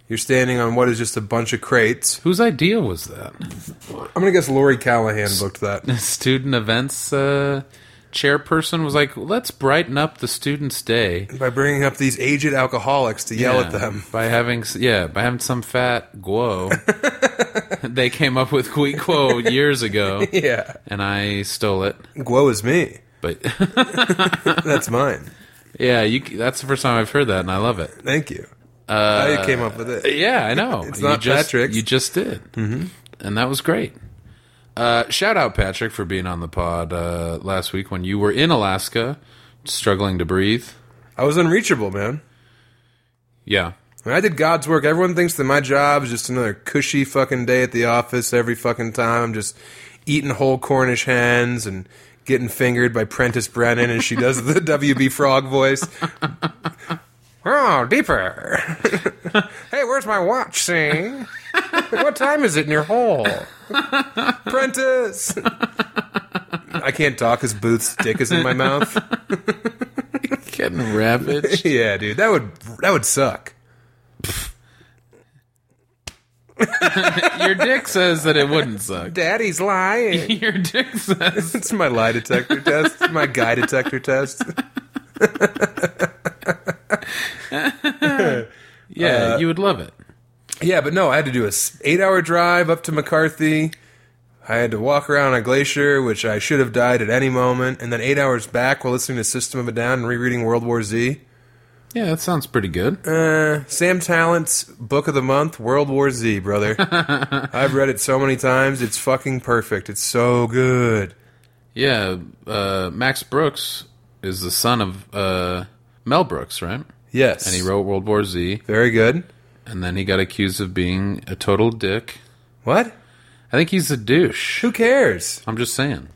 Speaker 1: You're standing on what is just a bunch of crates.
Speaker 2: Whose idea was that?
Speaker 1: I'm gonna guess Lori Callahan booked that.
Speaker 2: student events uh, chairperson was like, let's brighten up the students' day.
Speaker 1: By bringing up these aged alcoholics to yell
Speaker 2: Yeah,
Speaker 1: at them.
Speaker 2: by having s- yeah by having some fat guo. they came up with Gui Quo years ago,
Speaker 1: Yeah,
Speaker 2: and I stole it.
Speaker 1: Guo is me.
Speaker 2: But
Speaker 1: That's mine.
Speaker 2: Yeah, you, c- that's the first time I've heard that, and I love it.
Speaker 1: Thank you. Uh, I came up with it.
Speaker 2: Yeah, I know.
Speaker 1: It's
Speaker 2: you
Speaker 1: not
Speaker 2: just,
Speaker 1: Patrick's.
Speaker 2: You just did, mm-hmm. and that was great. Uh, shout out Patrick for being on the pod uh, last week when you were in Alaska, struggling to breathe.
Speaker 1: I was unreachable, man.
Speaker 2: Yeah,
Speaker 1: When I did God's work, everyone thinks that my job is just another cushy fucking day at the office every fucking time. I'm just eating whole Cornish hens and getting fingered by Prentice Brennan, and she does the WB Frog voice. Oh, deeper. hey, where's my watch, Sing? what time is it in your hole? Prentice! I can't talk because Booth's dick is in my mouth.
Speaker 2: getting ravaged.
Speaker 1: yeah, dude, that would that would suck.
Speaker 2: Your dick says that it wouldn't suck.
Speaker 1: Daddy's lying.
Speaker 2: Your dick says
Speaker 1: It's my lie detector test. It's my guy detector test.
Speaker 2: yeah, you would love it.
Speaker 1: Yeah, but no, I had to do a s- eight-hour drive up to McCarthy. I had to walk around a glacier, which I should have died at any moment, and then eight hours back while listening to System of a Down and rereading World War Z.
Speaker 2: Yeah, that sounds pretty good.
Speaker 1: Uh, Sam Talent's book of the month, World War Z, brother. I've read it so many times; it's fucking perfect. It's so good.
Speaker 2: Yeah, uh, Max Brooks is the son of uh, Mel Brooks, right?
Speaker 1: Yes,
Speaker 2: He wrote World War Z,
Speaker 1: very good.
Speaker 2: and then he got accused of being a total dick.
Speaker 1: What?
Speaker 2: I think he's a douche.
Speaker 1: Who cares?
Speaker 2: I'm just saying,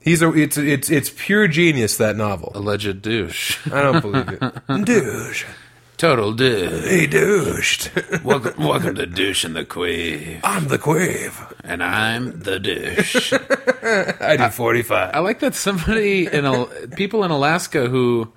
Speaker 1: He's a. It's it's it's pure genius that novel.
Speaker 2: alleged douche,
Speaker 1: I don't believe it. Douche.
Speaker 2: total douche.
Speaker 1: He douched.
Speaker 2: Welcome, welcome to douche and the queef,
Speaker 1: I'm the quave.
Speaker 2: and I'm the douche.
Speaker 1: I do 45.
Speaker 2: I like that somebody in Al- people in Alaska who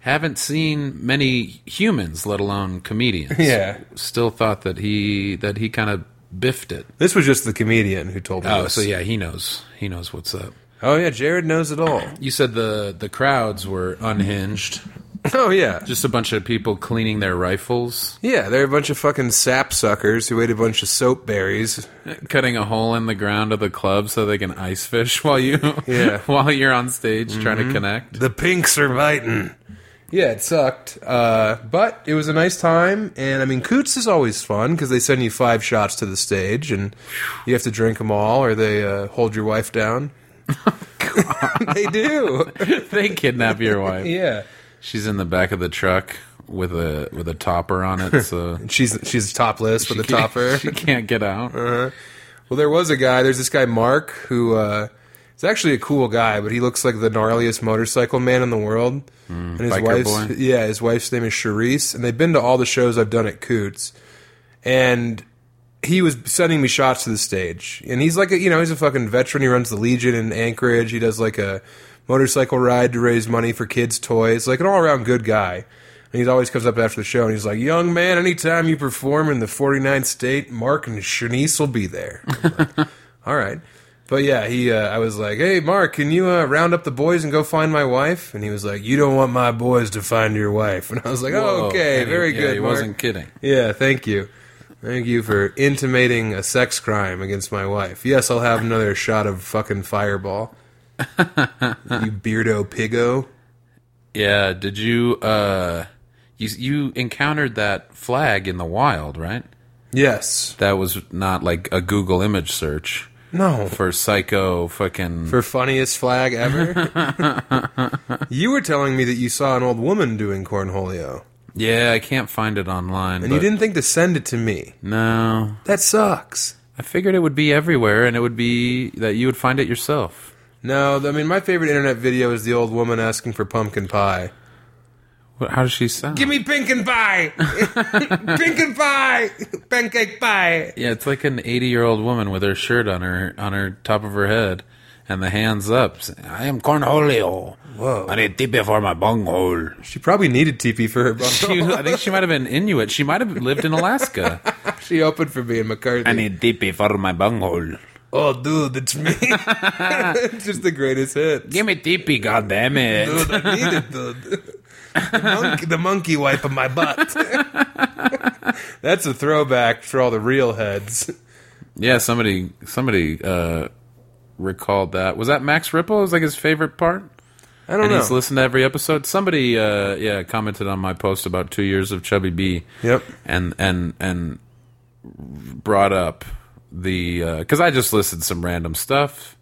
Speaker 2: haven't seen many humans, let alone comedians,
Speaker 1: Yeah.
Speaker 2: still thought that he that he kind of biffed it.
Speaker 1: This was just the comedian who told me.
Speaker 2: Oh,
Speaker 1: this.
Speaker 2: so yeah, he knows. He knows what's up.
Speaker 1: Oh, yeah, Jared knows it all.
Speaker 2: You said the the crowds were unhinged.
Speaker 1: Oh, yeah.
Speaker 2: Just a bunch of people cleaning their rifles,
Speaker 1: Yeah, they're a bunch of fucking sap suckers who ate a bunch of soap berries.
Speaker 2: cutting a hole in the ground of the club so they can ice fish while you
Speaker 1: Yeah. Mm-hmm.
Speaker 2: while you're on stage trying to connect.
Speaker 1: The pinks are biting. Yeah, it sucked. Uh, but it was a nice time. And I mean, Coots is always fun because they send you five shots to the stage and you have to drink them all or they uh, hold your wife down. Oh, they do.
Speaker 2: they kidnap your wife.
Speaker 1: Yeah.
Speaker 2: She's in the back of the truck with a with a topper on it, so
Speaker 1: She's she's topless with a topper.
Speaker 2: she can't get out.
Speaker 1: Well, there was a guy. There's this guy Mark who uh, is actually a cool guy, but he looks like the gnarliest motorcycle man in the world. and his
Speaker 2: Hmm, biker
Speaker 1: wife's
Speaker 2: boy.
Speaker 1: yeah, his wife's name is Charisse, and they've been to all the shows I've done at Coots. And he was sending me shots to the stage, and he's like, a, you know, he's a fucking veteran. He runs the Legion in Anchorage. He does like a motorcycle ride to raise money for kids' toys. Like an all around good guy. And he always comes up after the show and he's like, "Young man, anytime you perform in the 49th state, Mark and Shanice will be there." I'm like, all right, but yeah, he. Uh, I was like, "Hey, Mark, can you uh, round up the boys and go find my wife?" And he was like, "You don't want my boys to find your wife." And I was like, oh,
Speaker 2: Whoa.
Speaker 1: "Okay,
Speaker 2: And he-
Speaker 1: very
Speaker 2: yeah,
Speaker 1: good."
Speaker 2: He
Speaker 1: Mark.
Speaker 2: wasn't kidding.
Speaker 1: Yeah, thank you. Thank you for intimating a sex crime against my wife. Yes, I'll have another shot of fucking fireball. you beardo piggo.
Speaker 2: Yeah. Did you uh you you encountered that flag in the wild, right?
Speaker 1: Yes.
Speaker 2: That was not like a Google image search
Speaker 1: No.
Speaker 2: for psycho fucking.
Speaker 1: For funniest flag ever. you were telling me that you saw an old woman doing cornholio,
Speaker 2: yeah, I can't find it online.
Speaker 1: and
Speaker 2: but
Speaker 1: you didn't think to send it to me.
Speaker 2: No,
Speaker 1: That sucks.
Speaker 2: I figured it would be everywhere, and it would be that you would find it yourself.
Speaker 1: No, I mean my favorite internet video is the old woman asking for pumpkin pie.
Speaker 2: What, how does she sound?
Speaker 1: Give me pumpkin pie, pumpkin pie, pancake pie.
Speaker 2: Yeah, it's like an eighty-year-old woman with her shirt on her on her top of her head, and the hands up. saying, I am cornholio.
Speaker 1: Whoa.
Speaker 2: I need tipe for my bunghole.
Speaker 1: She probably needed TP for her bundle.
Speaker 2: She, I think she might have been Inuit. She might have lived in Alaska.
Speaker 1: she opened for me in McCarthy.
Speaker 2: need tipe for my bunghole.
Speaker 1: oh, dude, it's me. it's just the greatest hit.
Speaker 2: Give me tipe, goddammit.
Speaker 1: Dude, I need it, dude. The monkey, the monkey wipe of my butt. That's a throwback for all the real heads.
Speaker 2: Yeah, somebody somebody uh, recalled that. Was that Max Ripple? It was like his favorite part.
Speaker 1: I don't
Speaker 2: and
Speaker 1: know.
Speaker 2: he's listened to every episode. Somebody, uh, yeah, commented on my post about two years of Chubby B.
Speaker 1: Yep.
Speaker 2: and and and brought up the because I just listed some random stuff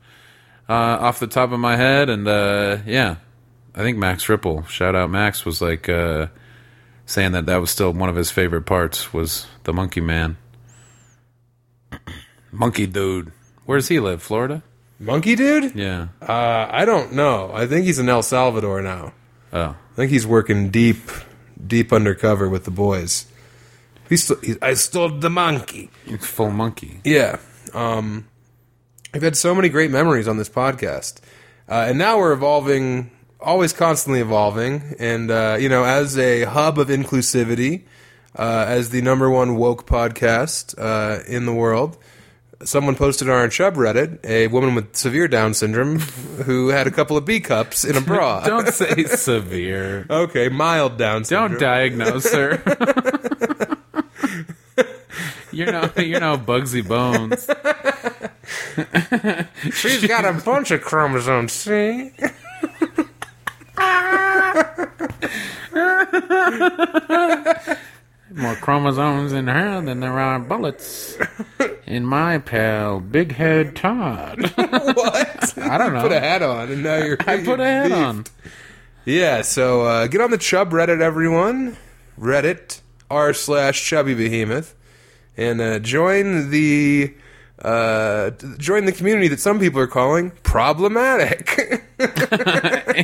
Speaker 2: uh, off the top of my head, and uh, yeah, I think Max Ripple, shout out Max, was like uh, saying that that was still one of his favorite parts was the Monkey Man, Monkey Dude. Where does he live? Florida.
Speaker 1: Monkey dude?
Speaker 2: Yeah.
Speaker 1: Uh, I don't know. I think he's in El Salvador now.
Speaker 2: Oh.
Speaker 1: I think he's working deep, deep undercover with the boys. He st- he, I stole the monkey.
Speaker 2: It's full monkey.
Speaker 1: Yeah. Um, I've had so many great memories on this podcast. Uh, and now we're evolving, always constantly evolving. And, uh, you know, as a hub of inclusivity, uh, as the number one woke podcast uh, in the world, someone posted on our Chubb Reddit a woman with severe Down syndrome who had a couple of B cups in a bra.
Speaker 2: Don't say severe.
Speaker 1: okay, mild Down syndrome.
Speaker 2: Don't diagnose her. you're no you're no Bugsy Bones.
Speaker 1: She's got a bunch of chromosomes, see?
Speaker 2: More chromosomes in her than there are bullets in my pal Big Head Todd.
Speaker 1: What?
Speaker 2: I don't
Speaker 1: put a
Speaker 2: know.
Speaker 1: hat on, and now you're.
Speaker 2: I put a hat
Speaker 1: beefed.
Speaker 2: on.
Speaker 1: Yeah, so uh, get on the Chub Reddit, everyone. Reddit r slash Chubby Behemoth, and uh, join the uh, t- join the community that some people are calling problematic.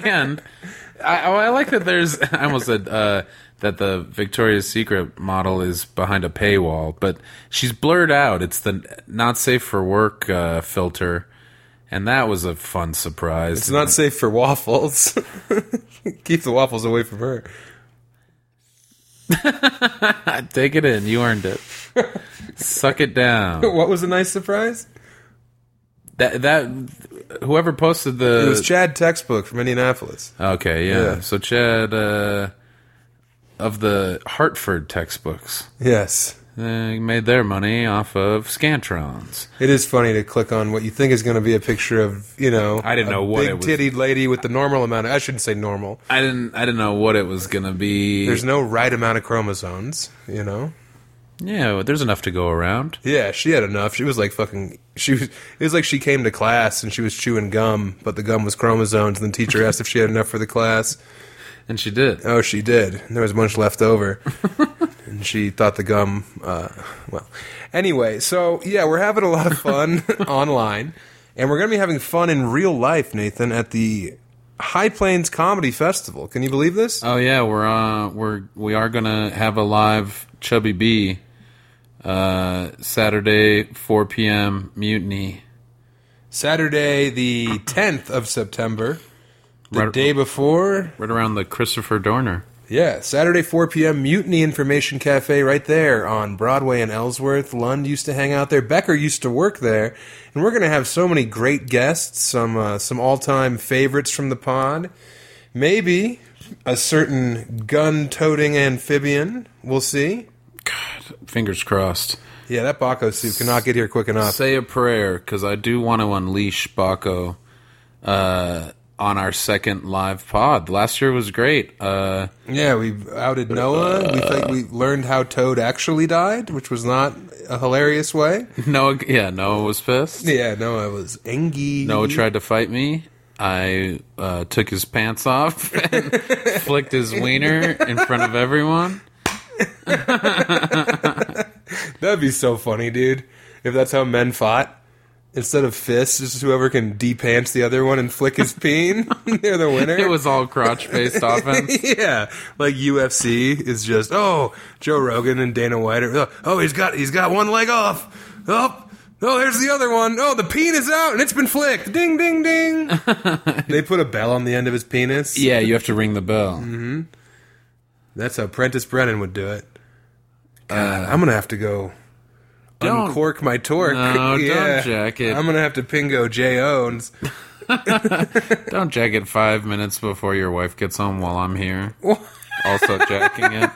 Speaker 2: and I, oh, I like that there's I almost said uh, that the Victoria's Secret model is behind a paywall, but she's blurred out. It's the not safe for work uh, filter, and that was a fun surprise.
Speaker 1: it's not safe for waffles. Keep the waffles away from her.
Speaker 2: Take it in. You earned it. Suck it down.
Speaker 1: What was a nice surprise?
Speaker 2: That that whoever posted the
Speaker 1: It was Chad textbook from Indianapolis.
Speaker 2: okay yeah.
Speaker 1: Yeah.
Speaker 2: So Chad uh, of the Hartford textbooks
Speaker 1: Yes,
Speaker 2: they made their money off of Scantrons.
Speaker 1: it is funny to click on what you think is going to be a picture of you know
Speaker 2: I didn't
Speaker 1: a
Speaker 2: know what
Speaker 1: big
Speaker 2: it was.
Speaker 1: tittied lady with the normal amount. Of, I shouldn't say normal.
Speaker 2: I didn't I didn't know what it was gonna be.
Speaker 1: There's no right amount of chromosomes, you know.
Speaker 2: yeah, well, there's enough to go around.
Speaker 1: Yeah, she had enough. She was like fucking. She was. It was like she came to class and she was chewing gum, but the gum was chromosomes. And the teacher asked if she had enough for the class.
Speaker 2: And she did.
Speaker 1: Oh, she did. And there was a bunch left over, and she thought the gum. Uh, well, anyway, so yeah, we're having a lot of fun online, and we're gonna be having fun in real life, Nathan, at the High Plains Comedy Festival. Can you believe this?
Speaker 2: Oh yeah, we're uh we're we are gonna have a live Chubby Bee uh Saturday four PM mutiny.
Speaker 1: Saturday, the tenth of September, the
Speaker 2: Right-
Speaker 1: day before
Speaker 2: Right around the Christopher Dorner.
Speaker 1: Yeah, Saturday 4 p.m. Mutiny Information Cafe right there on Broadway and Ellsworth. Lund used to hang out there. Becker used to work there, and we're going to have so many great guests, some uh, some all-time favorites from the pod. Maybe a certain gun-toting amphibian. We'll see.
Speaker 2: Fingers crossed.
Speaker 1: Yeah, that Baco suit cannot get here quick enough.
Speaker 2: Say a prayer because I do want to unleash Baco uh, on our second live pod. Last year was great. Uh,
Speaker 1: Yeah, we outed Noah. We think we learned how Toad actually died, which was not a hilarious way.
Speaker 2: Noah, yeah, Noah was pissed.
Speaker 1: Yeah, Noah was angry.
Speaker 2: Noah tried to fight me. I uh, took his pants off and flicked his wiener in front of everyone.
Speaker 1: That'd be so funny, dude. If that's how men fought, instead of fists, it's just whoever can de-pants the other one and flick his peen, they're the winner.
Speaker 2: It was all crotch based offense.
Speaker 1: yeah, like UFC is just oh Joe Rogan and Dana White are oh he's got he's got one leg off oh oh there's the other one oh the peen is out and it's been flicked ding ding ding they put a bell on the end of his penis
Speaker 2: Yeah, you have to ring the bell.
Speaker 1: that's how Prentice Brennan would do it God, I'm gonna have to go
Speaker 2: Don't.
Speaker 1: uncork my torque
Speaker 2: No,
Speaker 1: Yeah.
Speaker 2: don't jack it.
Speaker 1: I'm gonna have to pingo Jay Owens.
Speaker 2: Don't jack it five minutes before your wife gets home while I'm here. also jacking it.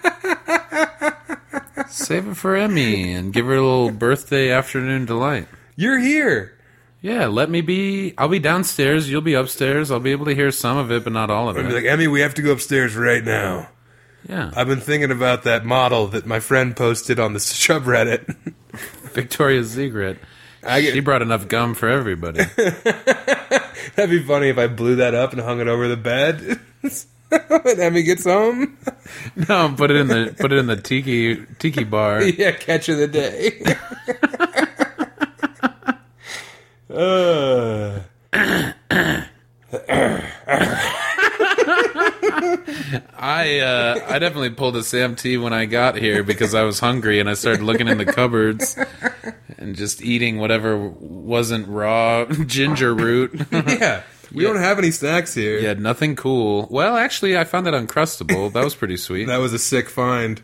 Speaker 2: Save it for Emmy and give her a little birthday afternoon delight.
Speaker 1: You're here.
Speaker 2: Yeah, let me be. I'll be downstairs. You'll be upstairs. I'll be able to hear some of it, but not all of
Speaker 1: I'd be
Speaker 2: it.
Speaker 1: like, Emmy, we have to go upstairs right now.
Speaker 2: Yeah.
Speaker 1: I've been thinking about that model that my friend posted on the subreddit.
Speaker 2: Victoria's Secret.
Speaker 1: I
Speaker 2: She
Speaker 1: get,
Speaker 2: brought enough gum for everybody.
Speaker 1: that'd be funny if I blew that up and hung it over the bed. when Emmy gets home,
Speaker 2: no, put it in the put it in the tiki tiki bar.
Speaker 1: yeah, catch of the day. uh,
Speaker 2: I uh, I definitely pulled a Sam T when I got here because I was hungry and I started looking in the cupboards and just eating whatever wasn't raw ginger root.
Speaker 1: yeah, we don't have any snacks here.
Speaker 2: yeah, nothing cool. Well, actually, I found that uncrustable. That was pretty sweet.
Speaker 1: That was a sick find.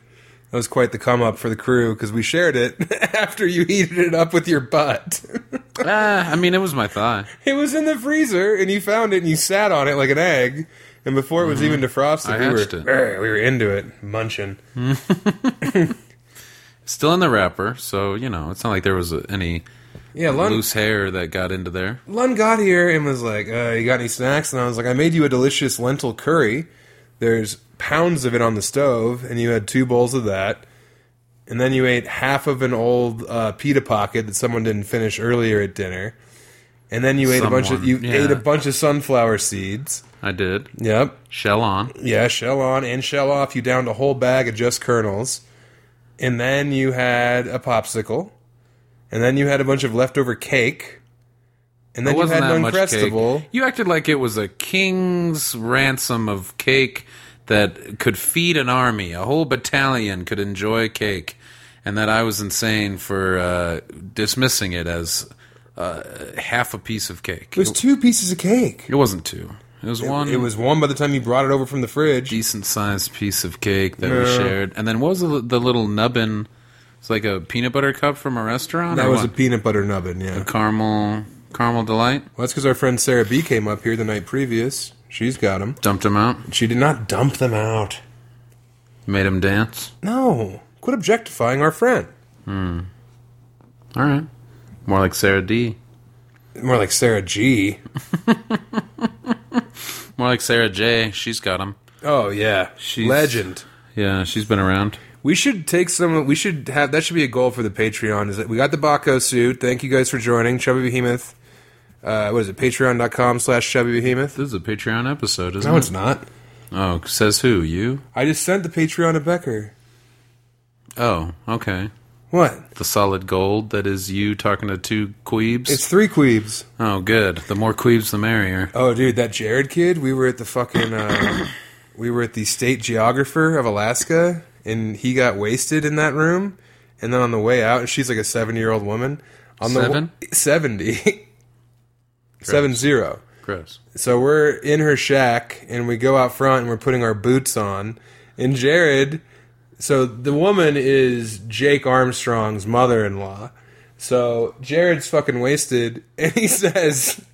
Speaker 1: That was quite the come up for the crew because we shared it after you heated it up with your butt.
Speaker 2: Ah, I mean, it was my thigh.
Speaker 1: it was in the freezer, and you found it, and you sat on it like an egg. And before it was even defrosted,
Speaker 2: I
Speaker 1: we
Speaker 2: hatched it.
Speaker 1: were we were into Mm-hmm. it, munching.
Speaker 2: Still in the wrapper, so you know it's not like there was uh, any
Speaker 1: Yeah, Lon,
Speaker 2: loose hair that got into there.
Speaker 1: Lon got here and was like, uh, "You got any snacks?" And I was like, "I made you a delicious lentil curry. There's pounds of it on the stove, and you had two bowls of that." And then you ate half of an old uh, pita pocket that someone didn't finish earlier at dinner. And then you ate a bunch of you
Speaker 2: Someone, yeah.
Speaker 1: ate a bunch of sunflower seeds.
Speaker 2: I did
Speaker 1: Yep.
Speaker 2: shell on.
Speaker 1: Yeah, shell on and shell off. You downed a whole bag of just kernels. And then you had a popsicle. And then you had a bunch of leftover cake. And then
Speaker 2: It
Speaker 1: you
Speaker 2: wasn't
Speaker 1: had
Speaker 2: that
Speaker 1: an
Speaker 2: much
Speaker 1: Uncrustable.
Speaker 2: cake. You acted like it was a king's ransom of cake that could feed an army, a whole battalion could enjoy cake, and that I was insane for uh, dismissing it as uh, half a piece of cake.
Speaker 1: It was two pieces of cake.
Speaker 2: It wasn't two. It was one
Speaker 1: It was one by the time you brought it over from the fridge.
Speaker 2: decent sized piece of cake that we shared, and then what was the, the little nubbin? It's like a peanut butter cup from a restaurant.
Speaker 1: That
Speaker 2: or
Speaker 1: was a
Speaker 2: what?
Speaker 1: peanut butter nubbin, yeah. Well,
Speaker 2: caramel caramel delight.
Speaker 1: that's because our friend Sarah B came up here the night previous. She's got them.
Speaker 2: Dumped him out.
Speaker 1: She did not dump them out.
Speaker 2: Made him dance.
Speaker 1: No. Quit objectifying our friend.
Speaker 2: All right. More like Sarah D.
Speaker 1: More like Sarah G.
Speaker 2: More like Sarah J. She's got him.
Speaker 1: Oh, yeah.
Speaker 2: She's-
Speaker 1: Legend.
Speaker 2: Yeah, she's been around.
Speaker 1: We should take some. We should have that. Should be a goal for the Patreon. Is that we got the Baco suit? Thank you guys for joining, Chubby Behemoth. Uh, what is it? Patreon.com/slash Chubby Behemoth.
Speaker 2: This is a Patreon episode, isn't
Speaker 1: No,
Speaker 2: it?
Speaker 1: it's not.
Speaker 2: Oh, says who? You?
Speaker 1: I just sent the Patreon to Becker.
Speaker 2: Oh, okay.
Speaker 1: What?
Speaker 2: The solid gold that is you talking to two queebs.
Speaker 1: It's three queebs.
Speaker 2: oh, good. The more queebs, the merrier.
Speaker 1: Oh, dude, that Jared kid. We were at the fucking. Uh, we were at the state geographer of Alaska, and he got wasted in that room. And then on the way out, and she's like a seven-year-old woman. On the
Speaker 2: Seven?
Speaker 1: seventy. Seven zero.
Speaker 2: Gross.
Speaker 1: So we're in her shack and we go out front and we're putting our boots on. And Jared, so the woman is Jake Armstrong's mother in law. So Jared's fucking wasted and he says,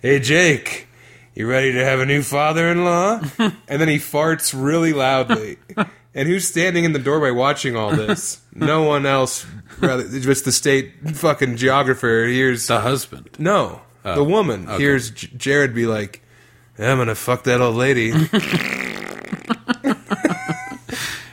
Speaker 1: Hey, Jake, you ready to have a new father in law? and then he farts really loudly. And who's standing in the doorway watching all this? No one else. Rather, just the state fucking geographer hears
Speaker 2: The husband.
Speaker 1: no, the woman hears J- Jared be like, "Yeah, "I'm gonna fuck that old lady."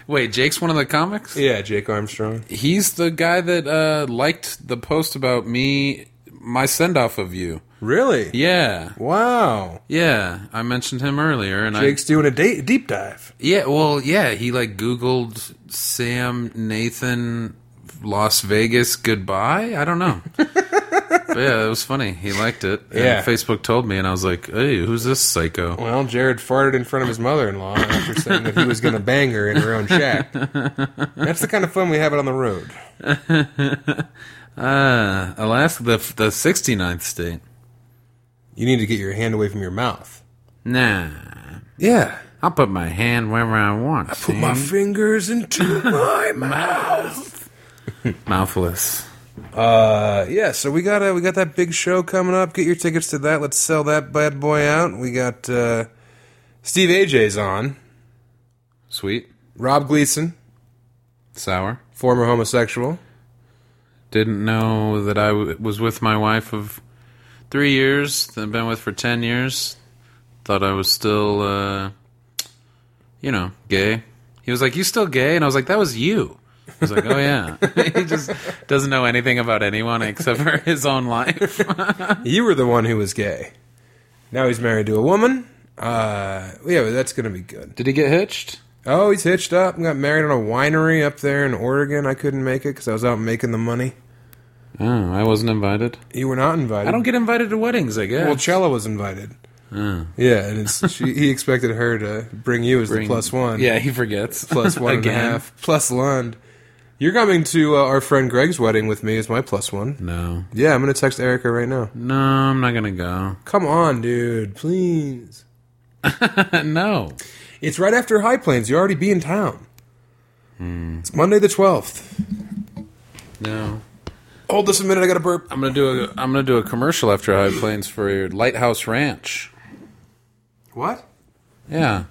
Speaker 2: Wait, Jake's one of the comics?
Speaker 1: yeah, Jake Armstrong.
Speaker 2: He's the guy that uh, liked the post about me, my send off of you.
Speaker 1: Really?
Speaker 2: Yeah.
Speaker 1: Wow.
Speaker 2: Yeah. I mentioned him earlier, and I.
Speaker 1: Jake's doing a da- deep dive.
Speaker 2: Yeah, well, yeah, he like Googled Sam Nathan Las Vegas goodbye. I don't know. but yeah, it was funny. He liked it. And
Speaker 1: Yeah.
Speaker 2: Facebook told me, and I was like, hey, who's this psycho?
Speaker 1: Well, Jared farted in front of his mother-in-law after saying that he was gonna bang her in her own shack. That's the kind of fun we have it on the road.
Speaker 2: Uh, Alaska, the, the 69th state.
Speaker 1: You need to get your hand away from your mouth.
Speaker 2: Nah.
Speaker 1: Yeah.
Speaker 2: I'll put my hand wherever I want. I
Speaker 1: Put my fingers into my mouth.
Speaker 2: Mouthless.
Speaker 1: Uh, yeah. So we got uh, we got that big show coming up. Get your tickets to that. Let's sell that bad boy out. We got uh, Steve AJ's on.
Speaker 2: Sweet.
Speaker 1: Rob Gleason,
Speaker 2: Sour.
Speaker 1: former homosexual.
Speaker 2: Didn't know that I w- was with my wife of three years. that I've been with for ten years. Thought I was still, uh, you know, gay. He was like, "You still gay?" And I was like, "That was you." He was like, "Oh yeah." he just doesn't know anything about anyone except for his own life.
Speaker 1: You were the one who was gay. Now he's married to a woman. Uh, yeah, but that's gonna be good.
Speaker 2: Did he get hitched?
Speaker 1: Oh, he's hitched up and got married on a winery up there in Oregon. I couldn't make it because I was out making the money.
Speaker 2: Oh, I wasn't invited.
Speaker 1: You were not invited.
Speaker 2: I don't get invited to weddings. I guess.
Speaker 1: Well, Cella was invited. Yeah, and it's, she, he expected her to bring you as the plus one.
Speaker 2: Yeah, he forgets.
Speaker 1: plus one and a half, plus Lund. You're coming to uh, our friend Greg's wedding with me as my plus one.
Speaker 2: No.
Speaker 1: Yeah, I'm gonna text Erica right now.
Speaker 2: No, I'm not going to
Speaker 1: Come on, dude, please.
Speaker 2: go. no.
Speaker 1: It's right after High Plains. You already be in town. It's Monday the twelfth.
Speaker 2: No.
Speaker 1: Hold this a minute. I got to burp.
Speaker 2: I'm going to do a I'm going to do a commercial after High Plains for Lighthouse Ranch.
Speaker 1: What?
Speaker 2: Yeah.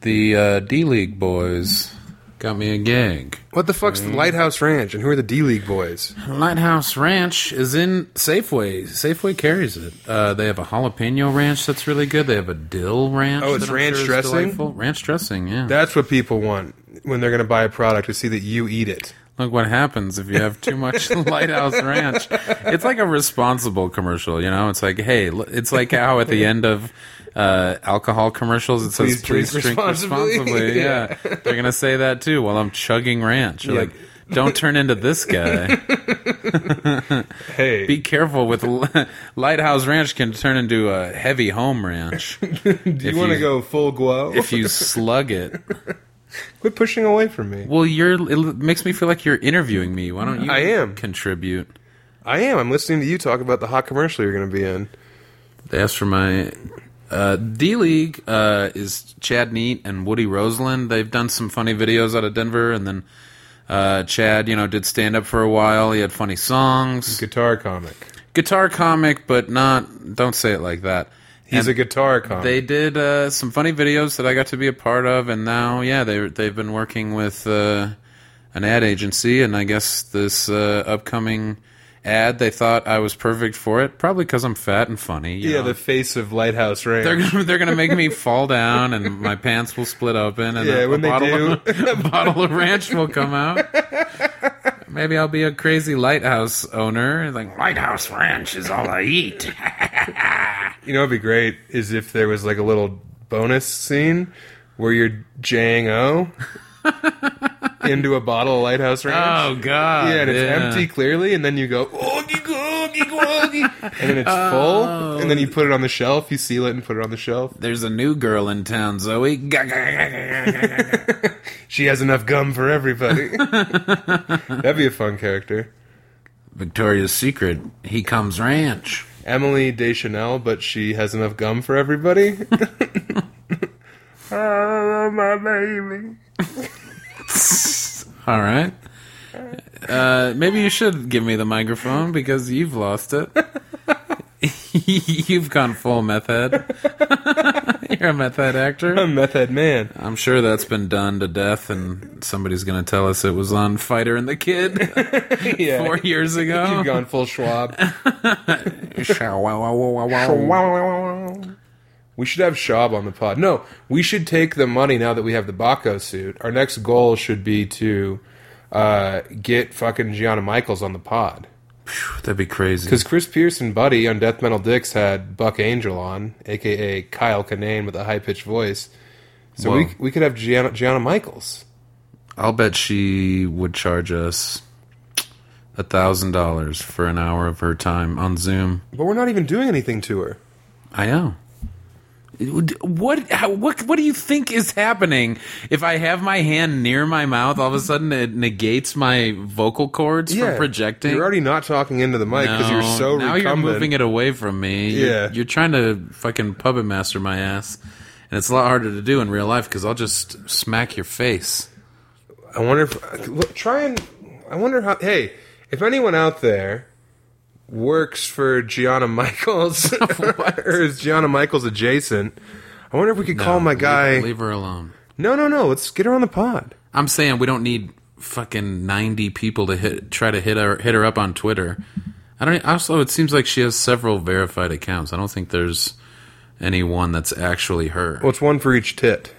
Speaker 2: The uh, D League boys got me a gig.
Speaker 1: What the fuck's the Lighthouse Ranch and who are the D League boys?
Speaker 2: Lighthouse Ranch is in Safeway. Safeway carries it. Uh, they have a jalapeno ranch that's really good. They have a dill ranch.
Speaker 1: Oh, it's
Speaker 2: that I'm
Speaker 1: ranch
Speaker 2: is
Speaker 1: dressing?
Speaker 2: delightful. Ranch dressing, yeah.
Speaker 1: That's what people want when they're going to buy a product to see that you eat it.
Speaker 2: Look what happens if you have too much Lighthouse Ranch. It's like a responsible commercial, you know. It's like, hey, l- it's like how at the end of uh, alcohol commercials it says,
Speaker 1: Please drink
Speaker 2: "Please drink
Speaker 1: responsibly."
Speaker 2: responsibly." yeah. they're gonna say that too while I'm chugging ranch. They're Like, don't turn into this guy.
Speaker 1: Hey,
Speaker 2: Be careful with li- Lighthouse Ranch can turn into a heavy home ranch
Speaker 1: do you want to
Speaker 2: you-
Speaker 1: go full glow?
Speaker 2: if you slug it.
Speaker 1: Quit pushing away from me.
Speaker 2: Well, you're. It l- makes me feel like you're interviewing me. Why don't you?
Speaker 1: I am.
Speaker 2: contribute.
Speaker 1: I am. I'm listening to you talk about the hot commercial you're going to be in.
Speaker 2: They asked for my uh, D League uh, is Chad Neat and Woody Roseland. They've done some funny videos out of Denver, and then uh, Chad, you know, did stand up for a while. He had funny songs,
Speaker 1: Guitar comic.
Speaker 2: guitar comic, but not. Don't say it like that.
Speaker 1: He's a
Speaker 2: And
Speaker 1: guitar comic.
Speaker 2: they did uh, some funny videos that I got to be a part of, and now, yeah, they they've been working with uh, an ad agency, and I guess this uh, upcoming ad, they thought I was perfect for it, probably because I'm fat and funny. you
Speaker 1: yeah,
Speaker 2: know.
Speaker 1: the face of Lighthouse
Speaker 2: They're
Speaker 1: Ranch.
Speaker 2: gonna, they're gonna make me fall down and my pants will split open and
Speaker 1: Yeah,
Speaker 2: a, a
Speaker 1: when they
Speaker 2: bottle
Speaker 1: do.
Speaker 2: Of, a bottle of ranch will come out. Maybe I'll be a crazy lighthouse owner. Like lighthouse ranch is all I eat.
Speaker 1: You know, it'd be great is if there was like a little bonus scene where you're jang o into a bottle of Lighthouse Ranch.
Speaker 2: oh god!
Speaker 1: yeah, and it's empty clearly, and then you go oogie googie googie, and then it's full, and then
Speaker 2: Oh.
Speaker 1: you put it on the shelf. You seal it and put it on the shelf.
Speaker 2: There's a new girl in town, Zoe. That'd
Speaker 1: She has enough gum for everybody. That'd be a fun character.
Speaker 2: Victoria's Secret. He comes ranch.
Speaker 1: Emily Deschanel, but she has enough gum for everybody. oh, my baby.
Speaker 2: All right. Uh, maybe you should give me the microphone because you've lost it. you've gone full meth head. You're a meth head actor.
Speaker 1: I'm a meth head man.
Speaker 2: I'm sure that's been done to death, and somebody's going to tell us it was on Fighter and the Kid
Speaker 1: Yeah.
Speaker 2: four years ago.
Speaker 1: You've gone full Schwab.
Speaker 2: Shawawawawawa.
Speaker 1: we should have Schwab on the pod. No, we should take the money now that we have the Baco suit. Our next goal should be to uh, get fucking Gianna Michaels on the pod.
Speaker 2: That'd be crazy.
Speaker 1: Because Chris Pierce and Buddy on Death Metal Dicks had Buck Angel on, aka Kyle Kinane with a high pitched voice. So we,
Speaker 2: Whoa.
Speaker 1: we could have Gianna, Gianna Michaels.
Speaker 2: I'll bet she would charge us a thousand dollars for an hour of her time on Zoom.
Speaker 1: But we're not even doing anything to her.
Speaker 2: I know. What how, what what do you think is happening? If I have my hand near my mouth, all of a sudden it negates my vocal cords from projecting.
Speaker 1: You're already not talking into the mic because you're
Speaker 2: No,
Speaker 1: so
Speaker 2: now
Speaker 1: recumbent.
Speaker 2: you're moving it away from me. You're-
Speaker 1: Yeah.
Speaker 2: you're, trying to fucking puppet master my ass, and it's a lot harder to do in real life because I'll just smack your face.
Speaker 1: I wonder if look, try and I wonder how. Hey, if anyone out there works for Gianna Michaels or is Gianna Michaels adjacent, I wonder if we could call
Speaker 2: No,
Speaker 1: my
Speaker 2: leave-
Speaker 1: guy.
Speaker 2: Leave her alone.
Speaker 1: No, no, no. Let's get her on the pod.
Speaker 2: I'm saying we don't need fucking 90 people to hit try to hit her hit her up on Twitter. I don't also it seems like she has several verified accounts. I don't think there's any one that's actually her.
Speaker 1: Well, it's one for each tit.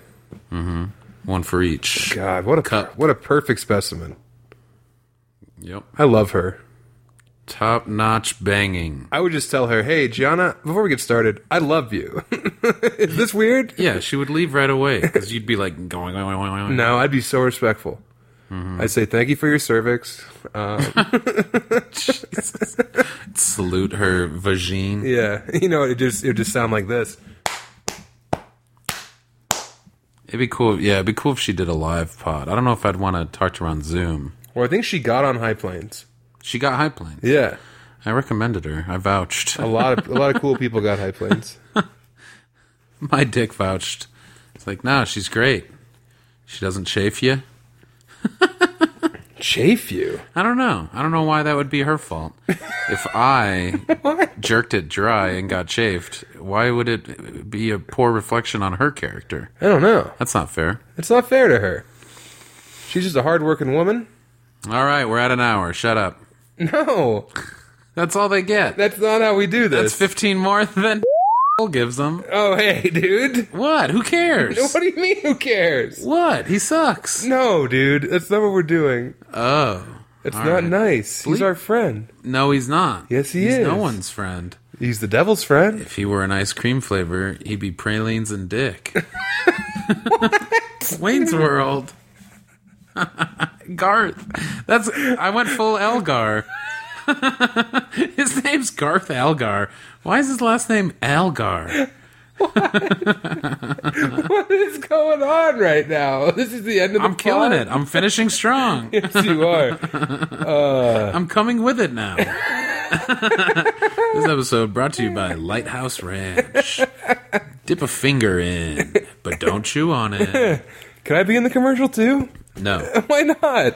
Speaker 2: One for each.
Speaker 1: God, what a
Speaker 2: Cup.
Speaker 1: what a perfect specimen.
Speaker 2: Yep.
Speaker 1: I love her.
Speaker 2: Top-notch banging.
Speaker 1: I would just tell her, "Hey, Gianna, before we get started, I love you." Is this weird?
Speaker 2: Yeah, she would leave right away cuz you'd be like going going going going.
Speaker 1: No, I'd be so respectful. I'd say, "Thank you for your cervix."
Speaker 2: salute her vagine.
Speaker 1: Yeah, you know, it just it would just sound like this.
Speaker 2: It'd be cool. If, yeah, it'd be cool if she did a live pod. I don't know if I'd want to talk to her on Zoom.
Speaker 1: Well, I think she got on high planes.
Speaker 2: She got high plane.
Speaker 1: Yeah,
Speaker 2: I recommended her. I vouched.
Speaker 1: a lot of a lot of cool people got high planes.
Speaker 2: My dick vouched. It's like, no, she's great. She doesn't chafe you.
Speaker 1: Chafe you?
Speaker 2: I don't know. I don't know why that would be her fault. If I jerked it dry and got chafed, why would it be a poor reflection on her character?
Speaker 1: I don't know.
Speaker 2: That's not fair.
Speaker 1: It's not fair to her. She's just a hardworking woman.
Speaker 2: All right, we're at an hour. Shut up.
Speaker 1: No,
Speaker 2: That's all they get.
Speaker 1: that's not how we do
Speaker 2: That's
Speaker 1: this.
Speaker 2: 15 more than gives them.
Speaker 1: oh, hey, dude.
Speaker 2: What? Who cares?
Speaker 1: What do you mean? Who cares?
Speaker 2: What? He sucks.
Speaker 1: No, dude. That's not what we're doing.
Speaker 2: Oh.
Speaker 1: It's
Speaker 2: All
Speaker 1: not
Speaker 2: right.
Speaker 1: nice. He's
Speaker 2: Bleep.
Speaker 1: our friend.
Speaker 2: No, he's not.
Speaker 1: Yes, he
Speaker 2: he's
Speaker 1: is.
Speaker 2: no one's friend.
Speaker 1: He's the devil's friend.
Speaker 2: If he were an ice cream flavor, he'd be pralines and dick. Wayne's World. Garth. That's I went full Elgar. his name's Garth Algar. Why is his last name Algar?
Speaker 1: what is going on right now? This is the end of the.
Speaker 2: I'm killing it. I'm finishing strong.
Speaker 1: Yes, you are.
Speaker 2: I'm coming with it now. this episode brought to you by Lighthouse Ranch. Dip a finger in, but don't chew on it.
Speaker 1: Can I be in the commercial too?
Speaker 2: No,
Speaker 1: Why not?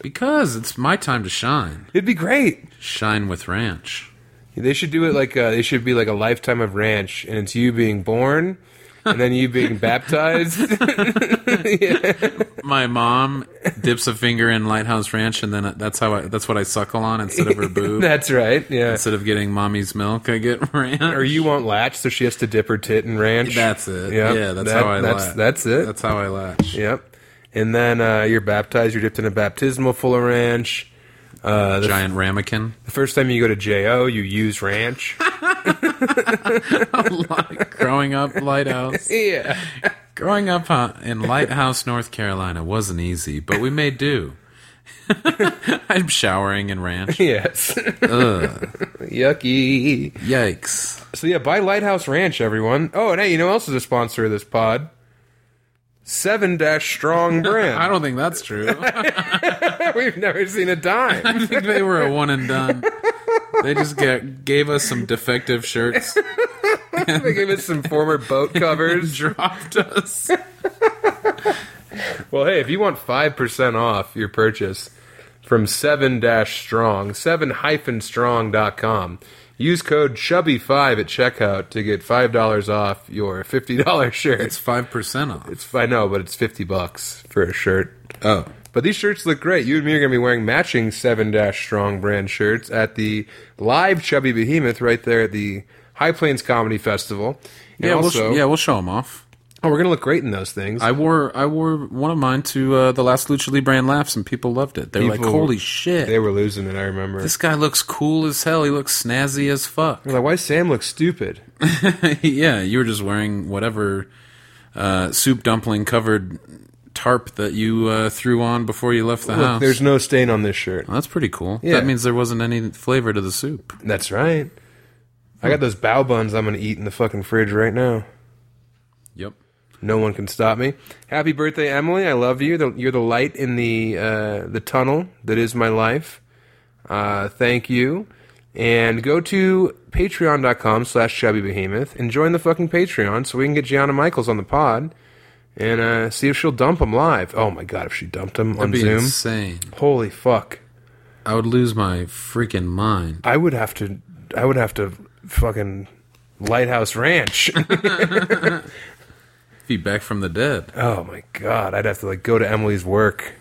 Speaker 2: because it's my time to shine.
Speaker 1: It'd be great.
Speaker 2: Shine with ranch.
Speaker 1: They should do it like uh they should be like a lifetime of ranch, and it's you being born, and then you being baptized.
Speaker 2: My mom dips a finger in Lighthouse Ranch, and then that's how I, that's what I suckle on instead of her boob.
Speaker 1: That's right. Yeah.
Speaker 2: instead of getting mommy's milk, I get ranch.
Speaker 1: Or you want latch, so she has to dip her tit in ranch.
Speaker 2: That's it.
Speaker 1: Yep.
Speaker 2: Yeah, that's
Speaker 1: That-
Speaker 2: how I
Speaker 1: that's
Speaker 2: latch.
Speaker 1: that's it.
Speaker 2: That's how I latch.
Speaker 1: Yep. And then uh, you're baptized. You're dipped in a baptismal full of ranch. Uh, the,
Speaker 2: Giant ramekin.
Speaker 1: the first time you go to JO, you use ranch.
Speaker 2: Growing up, lighthouse.
Speaker 1: yeah.
Speaker 2: Growing up uh, in Lighthouse, North Carolina wasn't easy, but we made do. I'm showering in ranch.
Speaker 1: Yes. Yucky.
Speaker 2: Yikes.
Speaker 1: So yeah, buy Lighthouse Ranch, everyone. Oh, and hey, you know who else is a sponsor of this pod? Seven Dash Strong
Speaker 2: I
Speaker 1: Brand.
Speaker 2: don't think that's true. I
Speaker 1: We've never seen a dime.
Speaker 2: think they were a one and done. They just get, gave us some defective shirts,
Speaker 1: they gave us some former boat covers.
Speaker 2: dropped us.
Speaker 1: Well, hey, if you want five percent off your purchase from Seven Dash Strong, Seven Hyphen Strong dot com, use code Chubby Five at checkout to get five dollars off your fifty dollars shirt.
Speaker 2: It's 5% off.
Speaker 1: It's I know, but it's fifty bucks for a shirt.
Speaker 2: Oh.
Speaker 1: But these shirts look great. You and me are going to be wearing matching Seven Dash Strong brand shirts at the live Chubby Behemoth right there at the High Plains Comedy Festival. And
Speaker 2: Yeah, we'll, sh-
Speaker 1: also,
Speaker 2: yeah, we'll show them off.
Speaker 1: oh, we're going to look great in those things.
Speaker 2: I wore I wore one of mine to uh, the last Lucha Libre and Laughs, and people loved it. They were like,
Speaker 1: People-
Speaker 2: holy shit.
Speaker 1: they were losing it. I remember.
Speaker 2: this guy looks cool as hell. He looks snazzy as fuck.
Speaker 1: I'm like, why does Sam look stupid?
Speaker 2: yeah, you were just wearing whatever uh, soup dumpling covered tarp that you uh, threw on before you left the
Speaker 1: Look,
Speaker 2: house.
Speaker 1: there's no stain on this shirt.
Speaker 2: Well, that's pretty cool.
Speaker 1: Yeah.
Speaker 2: That means there wasn't any flavor to the soup.
Speaker 1: That's right. I
Speaker 2: Hmm.
Speaker 1: got those bow buns I'm going to eat in the fucking fridge right now.
Speaker 2: Yep.
Speaker 1: No one can stop me. Happy birthday, Emily. I love you. The- You're the light in the uh, the tunnel that is my life. Uh, thank you. And go to patreon.com slash chubby behemoth and join the fucking Patreon so we can get Gianna Michaels on the pod and uh, see if she'll dump him live. Oh my god, if she dumped him on
Speaker 2: That'd be
Speaker 1: Zoom.
Speaker 2: insane.
Speaker 1: Holy fuck.
Speaker 2: I would lose my freaking mind.
Speaker 1: I would have to I would have to fucking Lighthouse Ranch.
Speaker 2: I'd be back from the dead.
Speaker 1: oh my god, I'd have to like go to Emily's work.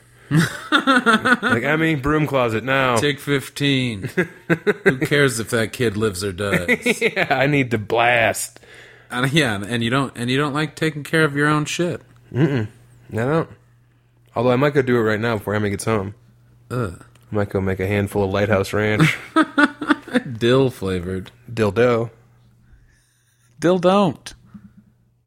Speaker 1: like Emmy, broom closet now.
Speaker 2: Take 15. Who cares if that kid lives or dies?
Speaker 1: yeah, I need to blast.
Speaker 2: And, yeah, and- and you don't and you don't like taking care of your own shit.
Speaker 1: I don't. Although I might go do it right now before Emmy gets home.
Speaker 2: Ugh.
Speaker 1: I might go make a handful of Lighthouse Ranch
Speaker 2: Dill flavored.
Speaker 1: dildo.
Speaker 2: Dill don't.